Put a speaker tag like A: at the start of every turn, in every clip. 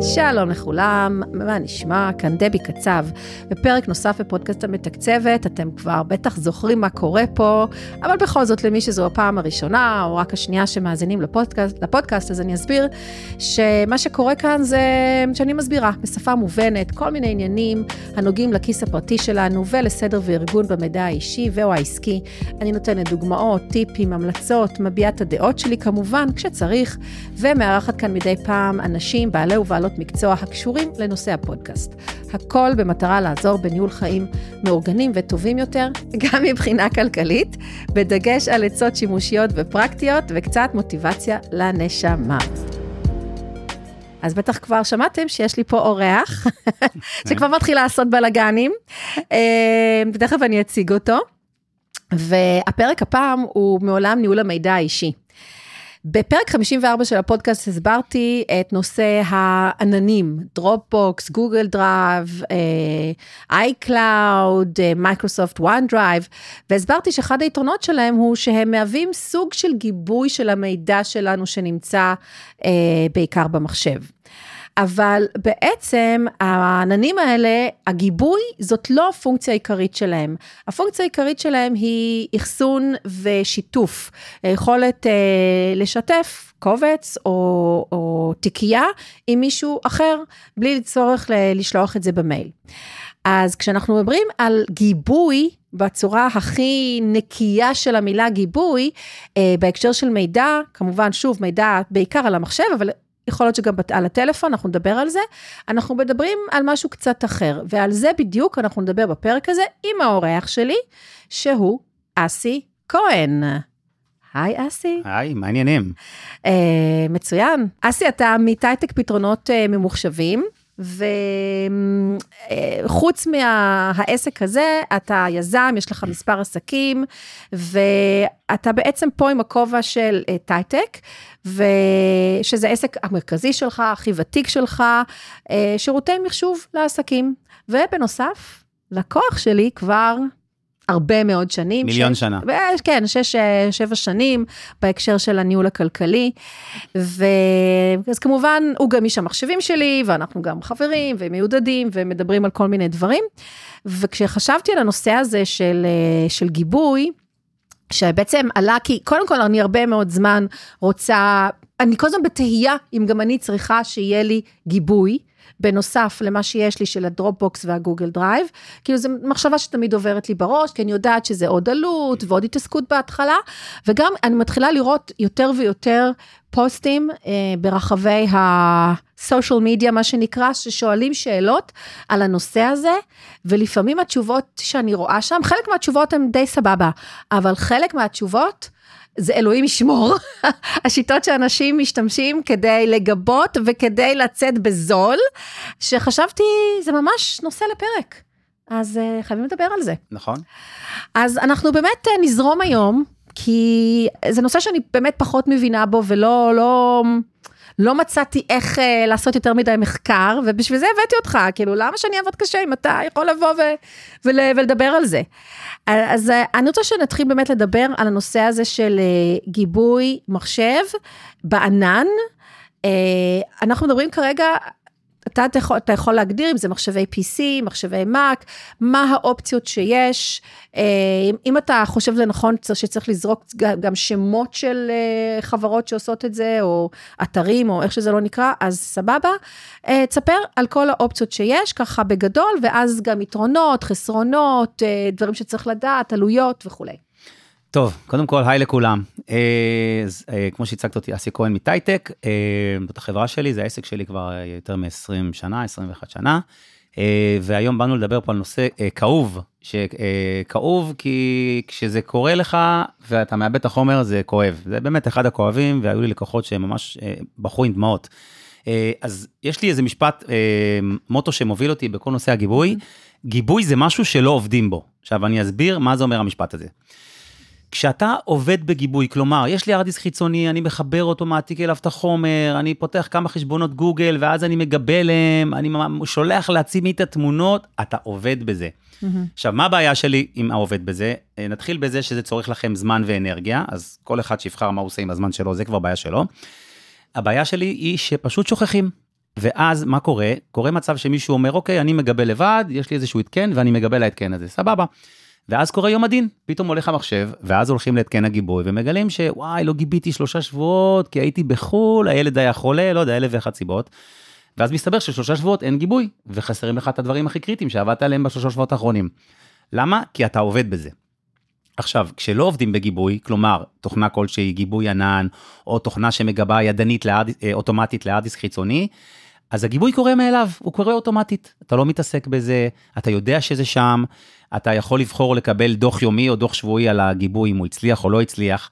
A: שלום לכולם, מה נשמע? כאן דבי קצב. בפרק נוסף בפודקאסט המתקצבת, אתם כבר בטח זוכרים מה קורה פה, אבל בכל זאת, למי שזו הפעם הראשונה, או רק השנייה שמאזינים לפודקאסט, לפודקאסט אז אני אסביר שמה שקורה כאן זה שאני מסבירה בשפה מובנת כל מיני עניינים הנוגעים לכיס הפרטי שלנו ולסדר וארגון במידע האישי ו/או העסקי. אני נותנת דוגמאות, טיפים, המלצות, מביעה את הדעות שלי כמובן, כשצריך, ומארחת כאן מדי פעם אנשים, בעלי ובעלות מקצוע הקשורים לנושא הפודקאסט. הכל במטרה לעזור בניהול חיים מאורגנים וטובים יותר, גם מבחינה כלכלית, בדגש על עצות שימושיות ופרקטיות וקצת מוטיבציה לנשמה. אז בטח כבר שמעתם שיש לי פה אורח, שכבר מתחיל לעשות בלאגנים, אה, ותכף אני אציג אותו. והפרק הפעם הוא מעולם ניהול המידע האישי. בפרק 54 של הפודקאסט הסברתי את נושא העננים, דרופבוקס, גוגל דרייב, אה, איי-קלאוד, מייקרוסופט וואן דרייב, אה, והסברתי שאחד היתרונות שלהם הוא שהם מהווים סוג של גיבוי של המידע שלנו שנמצא אה, בעיקר במחשב. אבל בעצם העננים האלה, הגיבוי, זאת לא הפונקציה העיקרית שלהם. הפונקציה העיקרית שלהם היא אחסון ושיתוף, היכולת אה, לשתף קובץ או, או תיקייה עם מישהו אחר, בלי צורך ל- לשלוח את זה במייל. אז כשאנחנו מדברים על גיבוי, בצורה הכי נקייה של המילה גיבוי, אה, בהקשר של מידע, כמובן, שוב, מידע בעיקר על המחשב, אבל יכול להיות שגם על הטלפון, אנחנו נדבר על זה. אנחנו מדברים על משהו קצת אחר, ועל זה בדיוק אנחנו נדבר בפרק הזה עם האורח שלי, שהוא אסי כהן. היי אסי.
B: היי, מה העניינים?
A: Uh, מצוין. אסי, אתה מטייטק פתרונות uh, ממוחשבים. וחוץ מהעסק הזה, אתה יזם, יש לך מספר עסקים, ואתה בעצם פה עם הכובע של אה, טייטק, ושזה העסק המרכזי שלך, הכי ותיק שלך, אה, שירותי מחשוב לעסקים. ובנוסף, לקוח שלי כבר הרבה מאוד שנים.
B: מיליון ש... שנה.
A: ו... כן, שש, שבע שנים בהקשר של הניהול הכלכלי. ו... אז כמובן, הוא גם איש המחשבים שלי, ואנחנו גם חברים ומיודדים ומדברים על כל מיני דברים. וכשחשבתי על הנושא הזה של, אה, של גיבוי, שבעצם עלה כי קודם כל אני הרבה מאוד זמן רוצה, אני כל הזמן בתהייה אם גם אני צריכה שיהיה לי גיבוי. בנוסף למה שיש לי של הדרופבוקס והגוגל דרייב. כאילו זו מחשבה שתמיד עוברת לי בראש, כי אני יודעת שזה עוד עלות ועוד התעסקות בהתחלה, וגם אני מתחילה לראות יותר ויותר פוסטים אה, ברחבי הסושיאל מדיה, מה שנקרא, ששואלים שאלות על הנושא הזה, ולפעמים התשובות שאני רואה שם, חלק מהתשובות הן די סבבה, אבל חלק מהתשובות, זה אלוהים ישמור, השיטות שאנשים משתמשים כדי לגבות וכדי לצאת בזול, שחשבתי, זה ממש נושא לפרק. אז uh, חייבים לדבר על זה.
B: נכון.
A: אז אנחנו באמת uh, נזרום היום, כי זה נושא שאני באמת פחות מבינה בו, ולא, לא... לא מצאתי איך אה, לעשות יותר מדי מחקר, ובשביל זה הבאתי אותך, כאילו, למה שאני אעבוד קשה אם אתה יכול לבוא ו- ול- ולדבר על זה? אז אה, אני רוצה שנתחיל באמת לדבר על הנושא הזה של אה, גיבוי מחשב בענן. אה, אנחנו מדברים כרגע... אתה, אתה, יכול, אתה יכול להגדיר אם זה מחשבי PC, מחשבי Mac, מה האופציות שיש. אה, אם, אם אתה חושב לנכון שצריך לזרוק גם שמות של אה, חברות שעושות את זה, או אתרים, או איך שזה לא נקרא, אז סבבה. אה, תספר על כל האופציות שיש, ככה בגדול, ואז גם יתרונות, חסרונות, אה, דברים שצריך לדעת, עלויות וכולי.
B: טוב, קודם כל, היי לכולם. אז, אה, כמו שהצגת אותי, אסי כהן מטייטק, אה, זאת החברה שלי, זה העסק שלי כבר אה, יותר מ-20 שנה, 21 שנה, אה, והיום באנו לדבר פה על נושא אה, כאוב, שכאוב אה, כי כשזה קורה לך ואתה מאבד את החומר, זה כואב. זה באמת אחד הכואבים, והיו לי לקוחות שממש אה, בחרו עם דמעות. אה, אז יש לי איזה משפט, אה, מוטו שמוביל אותי בכל נושא הגיבוי, גיבוי זה משהו שלא עובדים בו. עכשיו, אני אסביר מה זה אומר המשפט הזה. כשאתה עובד בגיבוי, כלומר, יש לי hard disk חיצוני, אני מחבר אותו, מעתיק אליו את החומר, אני פותח כמה חשבונות גוגל, ואז אני מגבה להם, אני שולח לעצמי את התמונות, אתה עובד בזה. Mm-hmm. עכשיו, מה הבעיה שלי עם העובד בזה? אה, נתחיל בזה שזה צורך לכם זמן ואנרגיה, אז כל אחד שיבחר מה הוא עושה עם הזמן שלו, זה כבר בעיה שלו. הבעיה שלי היא שפשוט שוכחים. ואז מה קורה? קורה מצב שמישהו אומר, אוקיי, אני מגבה לבד, יש לי איזשהו התקן ואני מגבה להתקן הזה, סבבה. ואז קורה יום הדין, פתאום הולך המחשב, ואז הולכים להתקן הגיבוי, ומגלים שוואי, לא גיביתי שלושה שבועות, כי הייתי בחו"ל, הילד היה חולה, לא יודע, אלף ואחת סיבות. ואז מסתבר ששלושה שבועות אין גיבוי, וחסרים לך את הדברים הכי קריטיים שעבדת עליהם בשלושה שבועות האחרונים. למה? כי אתה עובד בזה. עכשיו, כשלא עובדים בגיבוי, כלומר, תוכנה כלשהי, גיבוי ענן, או תוכנה שמגבה ידנית לעד, אה, אוטומטית להארד דיסק חיצוני, אז הגיבוי קורה מאליו, הוא קורה אוטומטית. אתה לא מתעסק בזה, אתה יודע שזה שם, אתה יכול לבחור לקבל דוח יומי או דוח שבועי על הגיבוי, אם הוא הצליח או לא הצליח,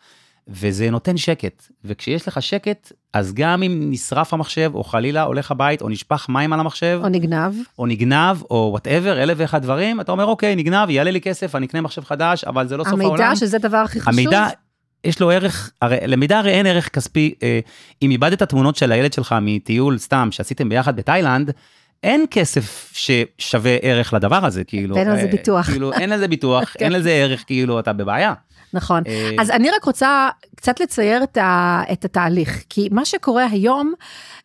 B: וזה נותן שקט. וכשיש לך שקט, אז גם אם נשרף המחשב, או חלילה הולך הבית, או נשפך מים על המחשב,
A: או נגנב.
B: או נגנב, או וואטאבר, אלף ואחד דברים, אתה אומר, אוקיי, נגנב, יעלה לי כסף, אני אקנה מחשב חדש, אבל זה לא סוף העולם.
A: המידע, שזה הדבר הכי חשוב.
B: המידע, יש לו ערך, הרי, למידע הרי אין ערך כספי. אה, אם איבדת תמונות של הילד שלך מטיול סתם שעשיתם ביחד בתאילנד, אין כסף ששווה ערך לדבר הזה, כאילו.
A: אין לזה
B: אה,
A: ביטוח.
B: כאילו, אין לזה ביטוח, אין לזה ערך, כאילו, אתה בבעיה.
A: נכון.
B: אה,
A: אז אני רק רוצה קצת לצייר את, ה, את התהליך, כי מה שקורה היום,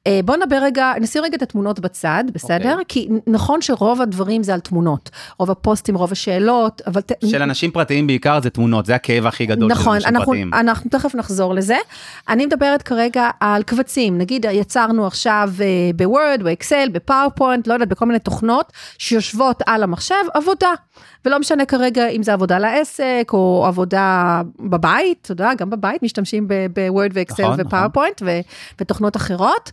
A: אה, בוא נדבר רגע, נשים רגע את התמונות בצד, בסדר? Okay.
B: אוקיי.
A: כי נכון שרוב הדברים זה על תמונות, רוב הפוסטים, רוב השאלות, אבל... ת-
B: של אנשים פרטיים בעיקר זה תמונות, זה הכאב הכי גדול של
A: נכון,
B: אנשים
A: אנחנו,
B: פרטיים.
A: אנחנו תכף נחזור לזה. אני מדברת כרגע על קבצים, נגיד יצרנו עכשיו אה, בוורד, באקסל, בפאורפוינט, לא יודעת, בכל מיני תוכנות שיושבות על המחשב, עבודה. ולא משנה כרגע אם זה עבודה לעסק או עבודה בבית, אתה יודע, גם בבית משתמשים ב- בוורד ואקסל
B: נכון, נכון.
A: ופאורפוינט ו- ותוכנות אחרות,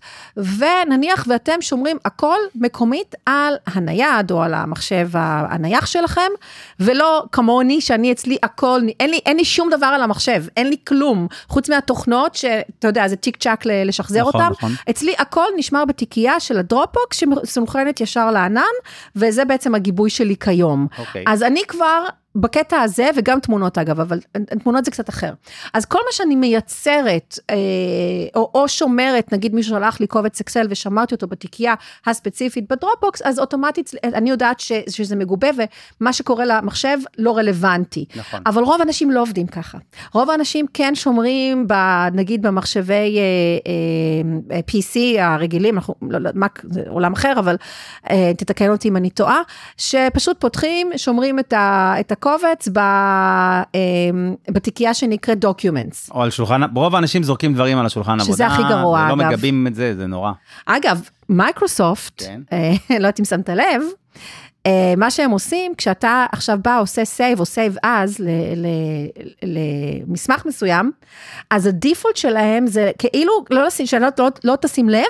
A: ונניח ואתם שומרים הכל מקומית על הנייד או על המחשב ה- הנייח שלכם, ולא כמוני שאני אצלי הכל, אין לי, אין לי שום דבר על המחשב, אין לי כלום, חוץ מהתוכנות שאתה יודע, זה צ'יק צ'אק ל- לשחזר
B: נכון,
A: אותם.
B: נכון.
A: אצלי הכל נשמר בתיקייה של הדרופבוקס שמסונכרנת ישר לענן, וזה בעצם הגיבוי שלי כיום.
B: אוקיי.
A: אז אני כבר בקטע הזה, וגם תמונות אגב, אבל תמונות זה קצת אחר. אז כל מה שאני מייצרת, אה, או, או שומרת, נגיד מישהו שלח לי קובץ אקסל ושמרתי אותו בתיקייה הספציפית בדרופבוקס, אז אוטומטית אני יודעת ש, שזה מגובה, ומה שקורה למחשב לא רלוונטי.
B: נכון.
A: אבל רוב האנשים לא עובדים ככה. רוב האנשים כן שומרים, ב, נגיד במחשבי אה, אה, אה, PC הרגילים, אנחנו, לא, לא, מק, זה עולם אחר, אבל אה, תתקן אותי אם אני טועה, שפשוט פותחים, שומרים את, ה, את הקובץ ב, אה, בתיקייה שנקראת Documents.
B: או על שולחן, רוב האנשים זורקים דברים על השולחן עבודה.
A: שזה הכי גרוע,
B: ולא
A: אגב.
B: מגבים את זה, זה נורא.
A: אגב, מייקרוסופט,
B: כן.
A: אה, לא יודעת אם שמת לב, אה, מה שהם עושים, כשאתה עכשיו בא, עושה סייב או סייב אז ל- ל- למסמך מסוים, אז הדיפולט שלהם זה כאילו, לא, לשים- שלא לא, לא תשים לב,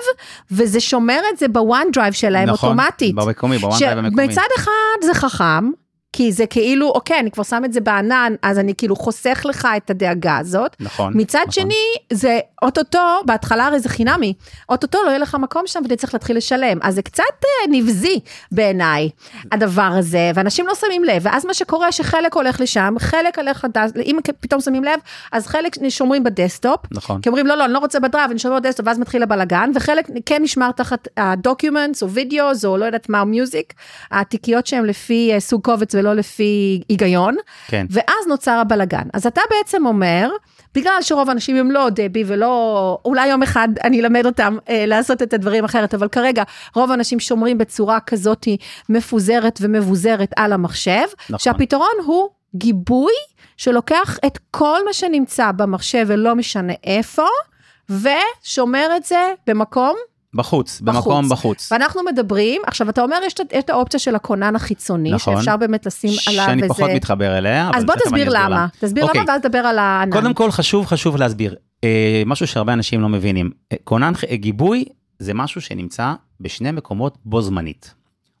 A: וזה שומר את זה בוואן דרייב שלהם
B: נכון,
A: אוטומטית.
B: במקומי, בוואנטייב המקומי.
A: שמצד אחד זה חכם, כי זה כאילו, אוקיי, אני כבר שם את זה בענן, אז אני כאילו חוסך לך את הדאגה הזאת.
B: נכון.
A: מצד
B: נכון.
A: שני, זה אוטוטו, בהתחלה הרי זה חינמי, אוטוטו לא יהיה לך מקום שם ואתה צריך להתחיל לשלם. אז זה קצת אה, נבזי בעיניי, הדבר הזה, ואנשים לא שמים לב, ואז מה שקורה שחלק הולך לשם, חלק הולך, לד- אם פתאום שמים לב, אז חלק שומרים בדסטופ,
B: נכון.
A: כי אומרים, לא, לא, אני לא רוצה בדרייב, אני שומר בדסטופ, ואז מתחיל הבלאגן, וחלק כן נשמר תחת הדוקיומנטס או וידאוס, או לא יודעת מה, מיוזיק, התיקיות שהן לפי אה, סוג קובץ ולא לפי היגיון,
B: כן.
A: ואז נוצר הבלאגן. אז אתה בעצם אומר, בגלל שרוב האנשים הם לא דבי ולא, אולי יום אחד אני אלמד אותם אה, לעשות את הדברים אחרת, אבל כרגע רוב האנשים שומרים בצורה כזאת מפוזרת ומבוזרת על המחשב,
B: נכון.
A: שהפתרון הוא גיבוי שלוקח את כל מה שנמצא במחשב ולא משנה איפה, ושומר את זה במקום
B: בחוץ, במקום בחוץ.
A: ואנחנו מדברים, עכשיו אתה אומר יש את- את האופציה של הכונן החיצוני,
B: נכון.
A: שאפשר באמת לשים עליו איזה...
B: שאני פחות מתחבר אליה, אבל
A: אז בוא
B: תכף אני
A: תסביר
B: אסביר
A: למה, תסביר
B: אוקיי.
A: למה ואז דבר על הענן.
B: קודם כל חשוב חשוב להסביר אה, משהו שהרבה אנשים לא מבינים אה, כונן ח- אה, גיבוי זה משהו שנמצא בשני מקומות בו זמנית.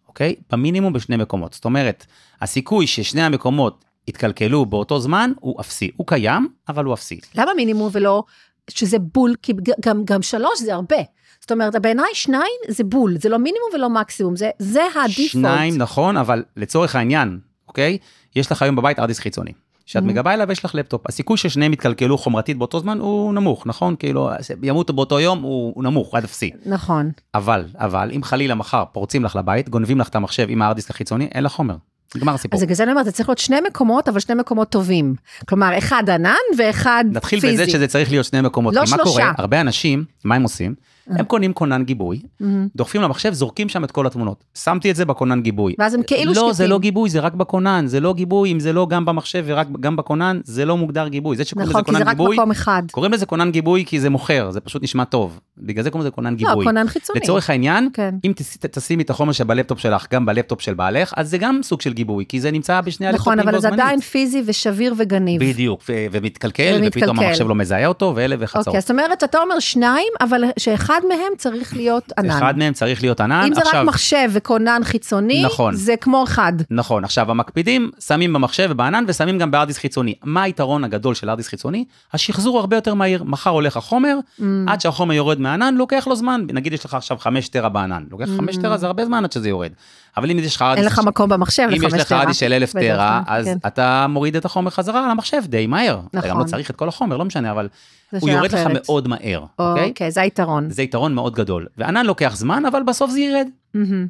B: אוקיי במינימום בשני מקומות זאת אומרת הסיכוי ששני המקומות יתקלקלו באותו זמן הוא אפסי הוא קיים אבל הוא אפסי.
A: למה מינימום ולא שזה בול, כי ג- גם, גם שלוש זה הרבה. זאת אומרת, בעיניי שניים זה בול, זה לא מינימום ולא מקסימום, זה, זה הדיפולט.
B: שניים נכון אבל לצורך העניין אוקיי יש לך היום בבית ארדיס חיצוני.
A: Mhm.
B: שאת מגבה אליו יש לך לפטופ הסיכוי ששניהם יתקלקלו חומרתית באותו זמן הוא נמוך נכון כאילו ימותו באותו יום הוא הוא נמוך עד אפסי.
A: נכון.
B: אבל, אבל, אם חלילה מחר פורצים לך לבית, גונבים לך את המחשב עם ההארד דיסק החיצוני, אין לך חומר. נגמר הסיפור.
A: אז בגלל זה אני אומרת, זה צריך להיות שני מקומות, אבל שני מקומות טובים. כלומר, אחד ענן ואחד פיזי.
B: נתחיל בזה שזה צריך להיות שני מקומות.
A: לא
B: כי מה
A: שלושה. אה.
B: קורה? הרבה אנשים, מה הם עושים? הם קונים כונן גיבוי,
A: מהמם.
B: דוחפים למחשב, זורקים שם את כל התמונות. שמתי את זה בכונן גיבוי.
A: ואז הם כאילו
B: לא,
A: שקטים.
B: זה לא גיבוי, זה רק בכונן, זה לא גיבוי, אם זה לא גם במחשב ורק גם בכונן, זה לא מוגדר גיבוי. זה שקוראים
A: נכון,
B: לזה
A: כי זה
B: כונן
A: רק
B: גיבוי,
A: מקום אחד.
B: קוראים לזה כונן גיבוי כי זה מוכר, זה פשוט נשמע טוב. בגלל זה קוראים לזה כונן
A: לא,
B: גיבוי.
A: כונן חיצוני.
B: לצורך העניין,
A: כן.
B: אם תש- תשימי את החומר שבלפטופ שלך גם בלפטופ של בעלך, אז זה גם סוג של גיבוי, כי זה נמצא בשני
A: נכון,
B: הלפטופים בו
A: אבל זה
B: זמנית.
A: עדיין פיזי ושביר וגניב.
B: בדיוק, ו- ומתקלקל, ופתאום
A: ומתקלקל.
B: המחשב לא מזהה אותו, ואלף ואחת
A: אוקיי,
B: צרות.
A: זאת אומרת, אתה אומר שניים, אבל שאחד מהם צריך להיות ענן.
B: אחד מהם צריך להיות ענן.
A: אם זה
B: אה, עכשיו,
A: רק מחשב וכונן חיצוני,
B: נכון.
A: זה כמו אחד.
B: נכון, עכשיו המקפידים שמים במחשב ובענן ושמים גם בארדיס חיצוני. מה היתרון הגדול של ארדיס חיצוני? השחזור הרבה יותר מהיר. מחר הולך החומר,
A: Mm.
B: עד שהחומר יורד מהענן, לוקח לו זמן. נגיד יש לך עכשיו 5 טרה בענן, לוקח 5 טרה זה הרבה זמן עד שזה יורד. אבל אם יש לך
A: Mm. אין
B: ארדיס
A: לך מקום במחשב
B: אם
A: לחמש
B: יש לך
A: טרה.
B: ארדיס של אלף
A: בדרך
B: טרה,
A: כלל,
B: אז
A: כן.
B: אתה מוריד את החומר חזרה על המחשב די מהר. אתה גם לא
A: נכון.
B: צריך את כל החומר, לא משנה, אבל
A: זו
B: הוא
A: שאלה
B: יורד לך
A: אחרת.
B: מאוד מהר, אוקיי?
A: אוקיי, זה היתרון.
B: זה יתרון מאוד גדול. וענן לוקח זמן, אבל בסוף זה ירד.
A: מהמם.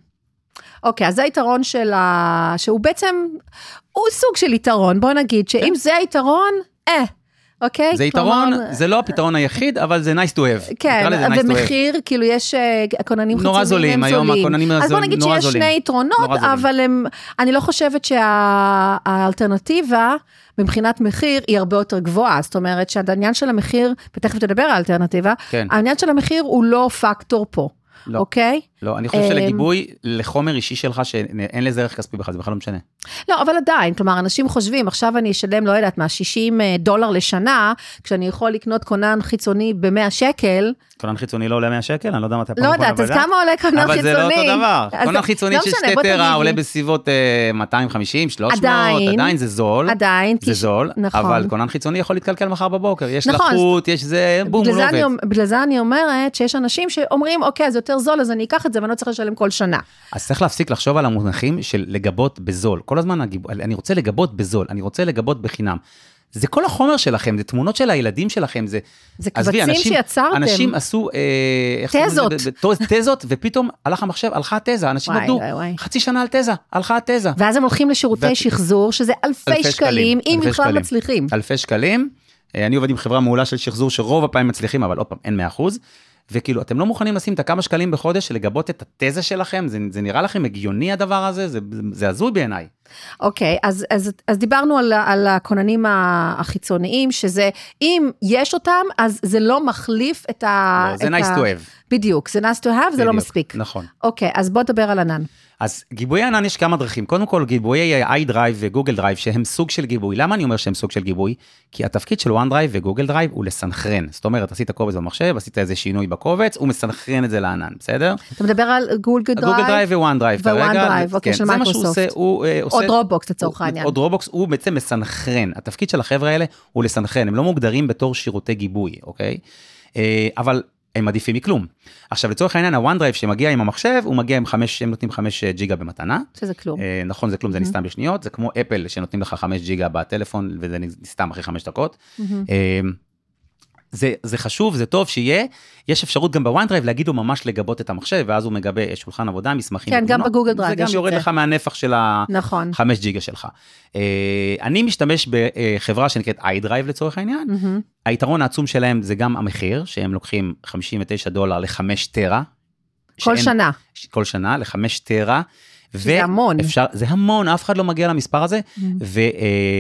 A: אוקיי, אז זה היתרון של ה... שהוא בעצם, הוא סוג של יתרון, בוא נגיד שאם זה היתרון, אה, אוקיי?
B: כן. זה
A: כלומר, אה,
B: יתרון, זה לא הפתרון היחיד, אבל זה nice to have.
A: כן,
B: נקרא לזה nice to have.
A: ומחיר, כאילו יש אה, הכוננים
B: נורא
A: חיצוניים, הם
B: זולים, היום הכוננים
A: אז בוא
B: הזולים-
A: נגיד
B: נורא
A: שיש
B: זולים.
A: שני יתרונות,
B: נורא זולים.
A: אבל הם, אני לא חושבת שהאלטרנטיבה, מבחינת מחיר, היא הרבה יותר גבוהה. זאת אומרת שהעניין של המחיר, ותכף תדבר על האלטרנטיבה,
B: כן.
A: העניין של המחיר הוא לא פקטור פה,
B: לא.
A: אוקיי?
B: לא, אני חושב
A: אמ,
B: שלגיבוי, לחומר אישי שלך, שאין לזה ערך כספי בכלל, זה בכלל לא משנה.
A: לא, אבל עדיין, כלומר, אנשים חושבים, עכשיו אני אשלם, לא יודעת, מה, 60 אה, דולר לשנה, כשאני יכול לקנות כונן חיצוני ב-100 שקל,
B: כונן חיצוני לא עולה 100 שקל, אני לא יודע מתי
A: לא
B: פעם אחרונה,
A: יודעת, אז
B: אבל זה-
A: כמה עולה כונן חיצוני?
B: אבל זה לא אותו דבר.
A: אז
B: כונן
A: זה-
B: חיצוני
A: לא
B: של
A: משנה,
B: שתי
A: בוא תגיד
B: טרה עולה
A: לי.
B: בסביבות אה, 250, 300,
A: עדיין.
B: עדיין זה זול.
A: עדיין,
B: זה
A: ש-
B: זול,
A: נכון.
B: אבל כונן חיצוני יכול להתקלקל מחר בבוקר, יש
A: נכון,
B: לחות, יש זה, בום,
A: בגלל
B: הוא
A: זה
B: לא
A: אני
B: עובד.
A: אומ- בגלל זה אני אומרת שיש אנשים שאומרים, אוקיי, אז יותר זול, אז אני אקח את זה, ואני לא צריך לשלם כל שנה.
B: אז צריך להפסיק לחשוב על המונחים של לגבות בזול. כל הזמן הגיב- אני רוצה לגבות בזול, אני רוצה לגבות בחינם. זה כל החומר שלכם, זה תמונות של הילדים שלכם, זה...
A: זה
B: עזבי,
A: קבצים
B: אנשים-
A: שיצרתם.
B: אנשים עשו... אה, איך
A: תזות.
B: קוראים לזה? ב- ב- תזות, ופתאום הלך המחשב, הלכה התזה, אנשים
A: וואי,
B: עבדו
A: וואי, וואי.
B: חצי שנה על תזה, הלכה התזה.
A: ואז הם הולכים לשירותי
B: ואת-
A: שחזור, שזה אלפי
B: אלפי
A: שקלים,
B: שקלים,
A: אם
B: אלפי
A: בכלל
B: שקלים.
A: מצליחים.
B: אלפי שקלים. אה, אני עובד עם חברה מעולה של שחזור שרוב הפעמים מצליחים, אבל עוד פעם, אין 100 אחוז. וכאילו, אתם לא מוכנים לשים את הכמה שקלים בחודש לגבות את התזה שלכם? זה, זה נראה לכם הגיוני הדבר הזה? זה, זה, זה הזוי בעיניי.
A: אוקיי, אז, אז, אז דיברנו על, ה- על הכוננים ה- החיצוניים, שזה, אם יש אותם, אז זה לא מחליף את ה...
B: לא, זה
A: אה, את
B: nice
A: ה-
B: to have.
A: בדיוק, זה nice to have, זה לא
B: בדיוק,
A: מספיק.
B: נכון.
A: אוקיי, אז בוא תדבר על ענן.
B: אז גיבויי ענן יש כמה דרכים. קודם כל, גיבויי iDrive וגוגל דרייב, שהם סוג של גיבוי. למה אני אומר שהם סוג של גיבוי? כי התפקיד של OneDrive וגוגל דרייב הוא לסנכרן. זאת אומרת, עשית קובץ במחשב, עשית איזה שינוי בקובץ, הוא מסנכרן את זה לענן, בסדר?
A: אתה מדבר על גוגל דרייב,
B: גוגל דרייב ו-OneDrive כרגע.
A: ו-OneDrive,
B: זה-
A: אוקיי,
B: כן,
A: של
B: זה מה שהוא
A: מייקרוסופט.
B: עושה, הוא אה, עושה...
A: או דרופבוקס לצורך
B: הוא-
A: העניין.
B: או דרובוקס הוא בעצם מסנכרן. התפקיד של החבר'ה האלה הוא לסנכרן, הם לא מוגדרים בתור שירותי גיבוי, אוקיי? אה, אבל הם עדיפים מכלום. עכשיו לצורך העניין הוואן דרייב שמגיע עם המחשב, הוא מגיע עם חמש, הם נותנים חמש אה, ג'יגה במתנה.
A: שזה כלום.
B: אה, נכון זה כלום
A: Mm-hmm.
B: זה נסתם בשניות זה כמו אפל שנותנים לך 5 ג'יגה בטלפון וזה נסתם אחרי 5 דקות. אה, זה, זה חשוב, זה טוב שיהיה, יש אפשרות גם בוואן דרייב להגיד לו ממש לגבות את המחשב, ואז הוא מגבה שולחן עבודה, מסמכים.
A: כן, גם
B: ותמונות.
A: בגוגל דרייב
B: זה גם
A: יש את
B: יורד
A: זה.
B: לך מהנפח של ה...
A: נכון.
B: 5 ג'יגה שלך. אה, אני משתמש בחברה שנקראת iDrive לצורך העניין.
A: מהמם.
B: היתרון העצום שלהם זה גם המחיר, שהם לוקחים 59 דולר לחמש טרה.
A: כל
B: שאין-
A: שנה.
B: ש- כל שנה לחמש טרה.
A: שזה המון.
B: אפשר, זה המון, אף אחד לא מגיע למספר הזה,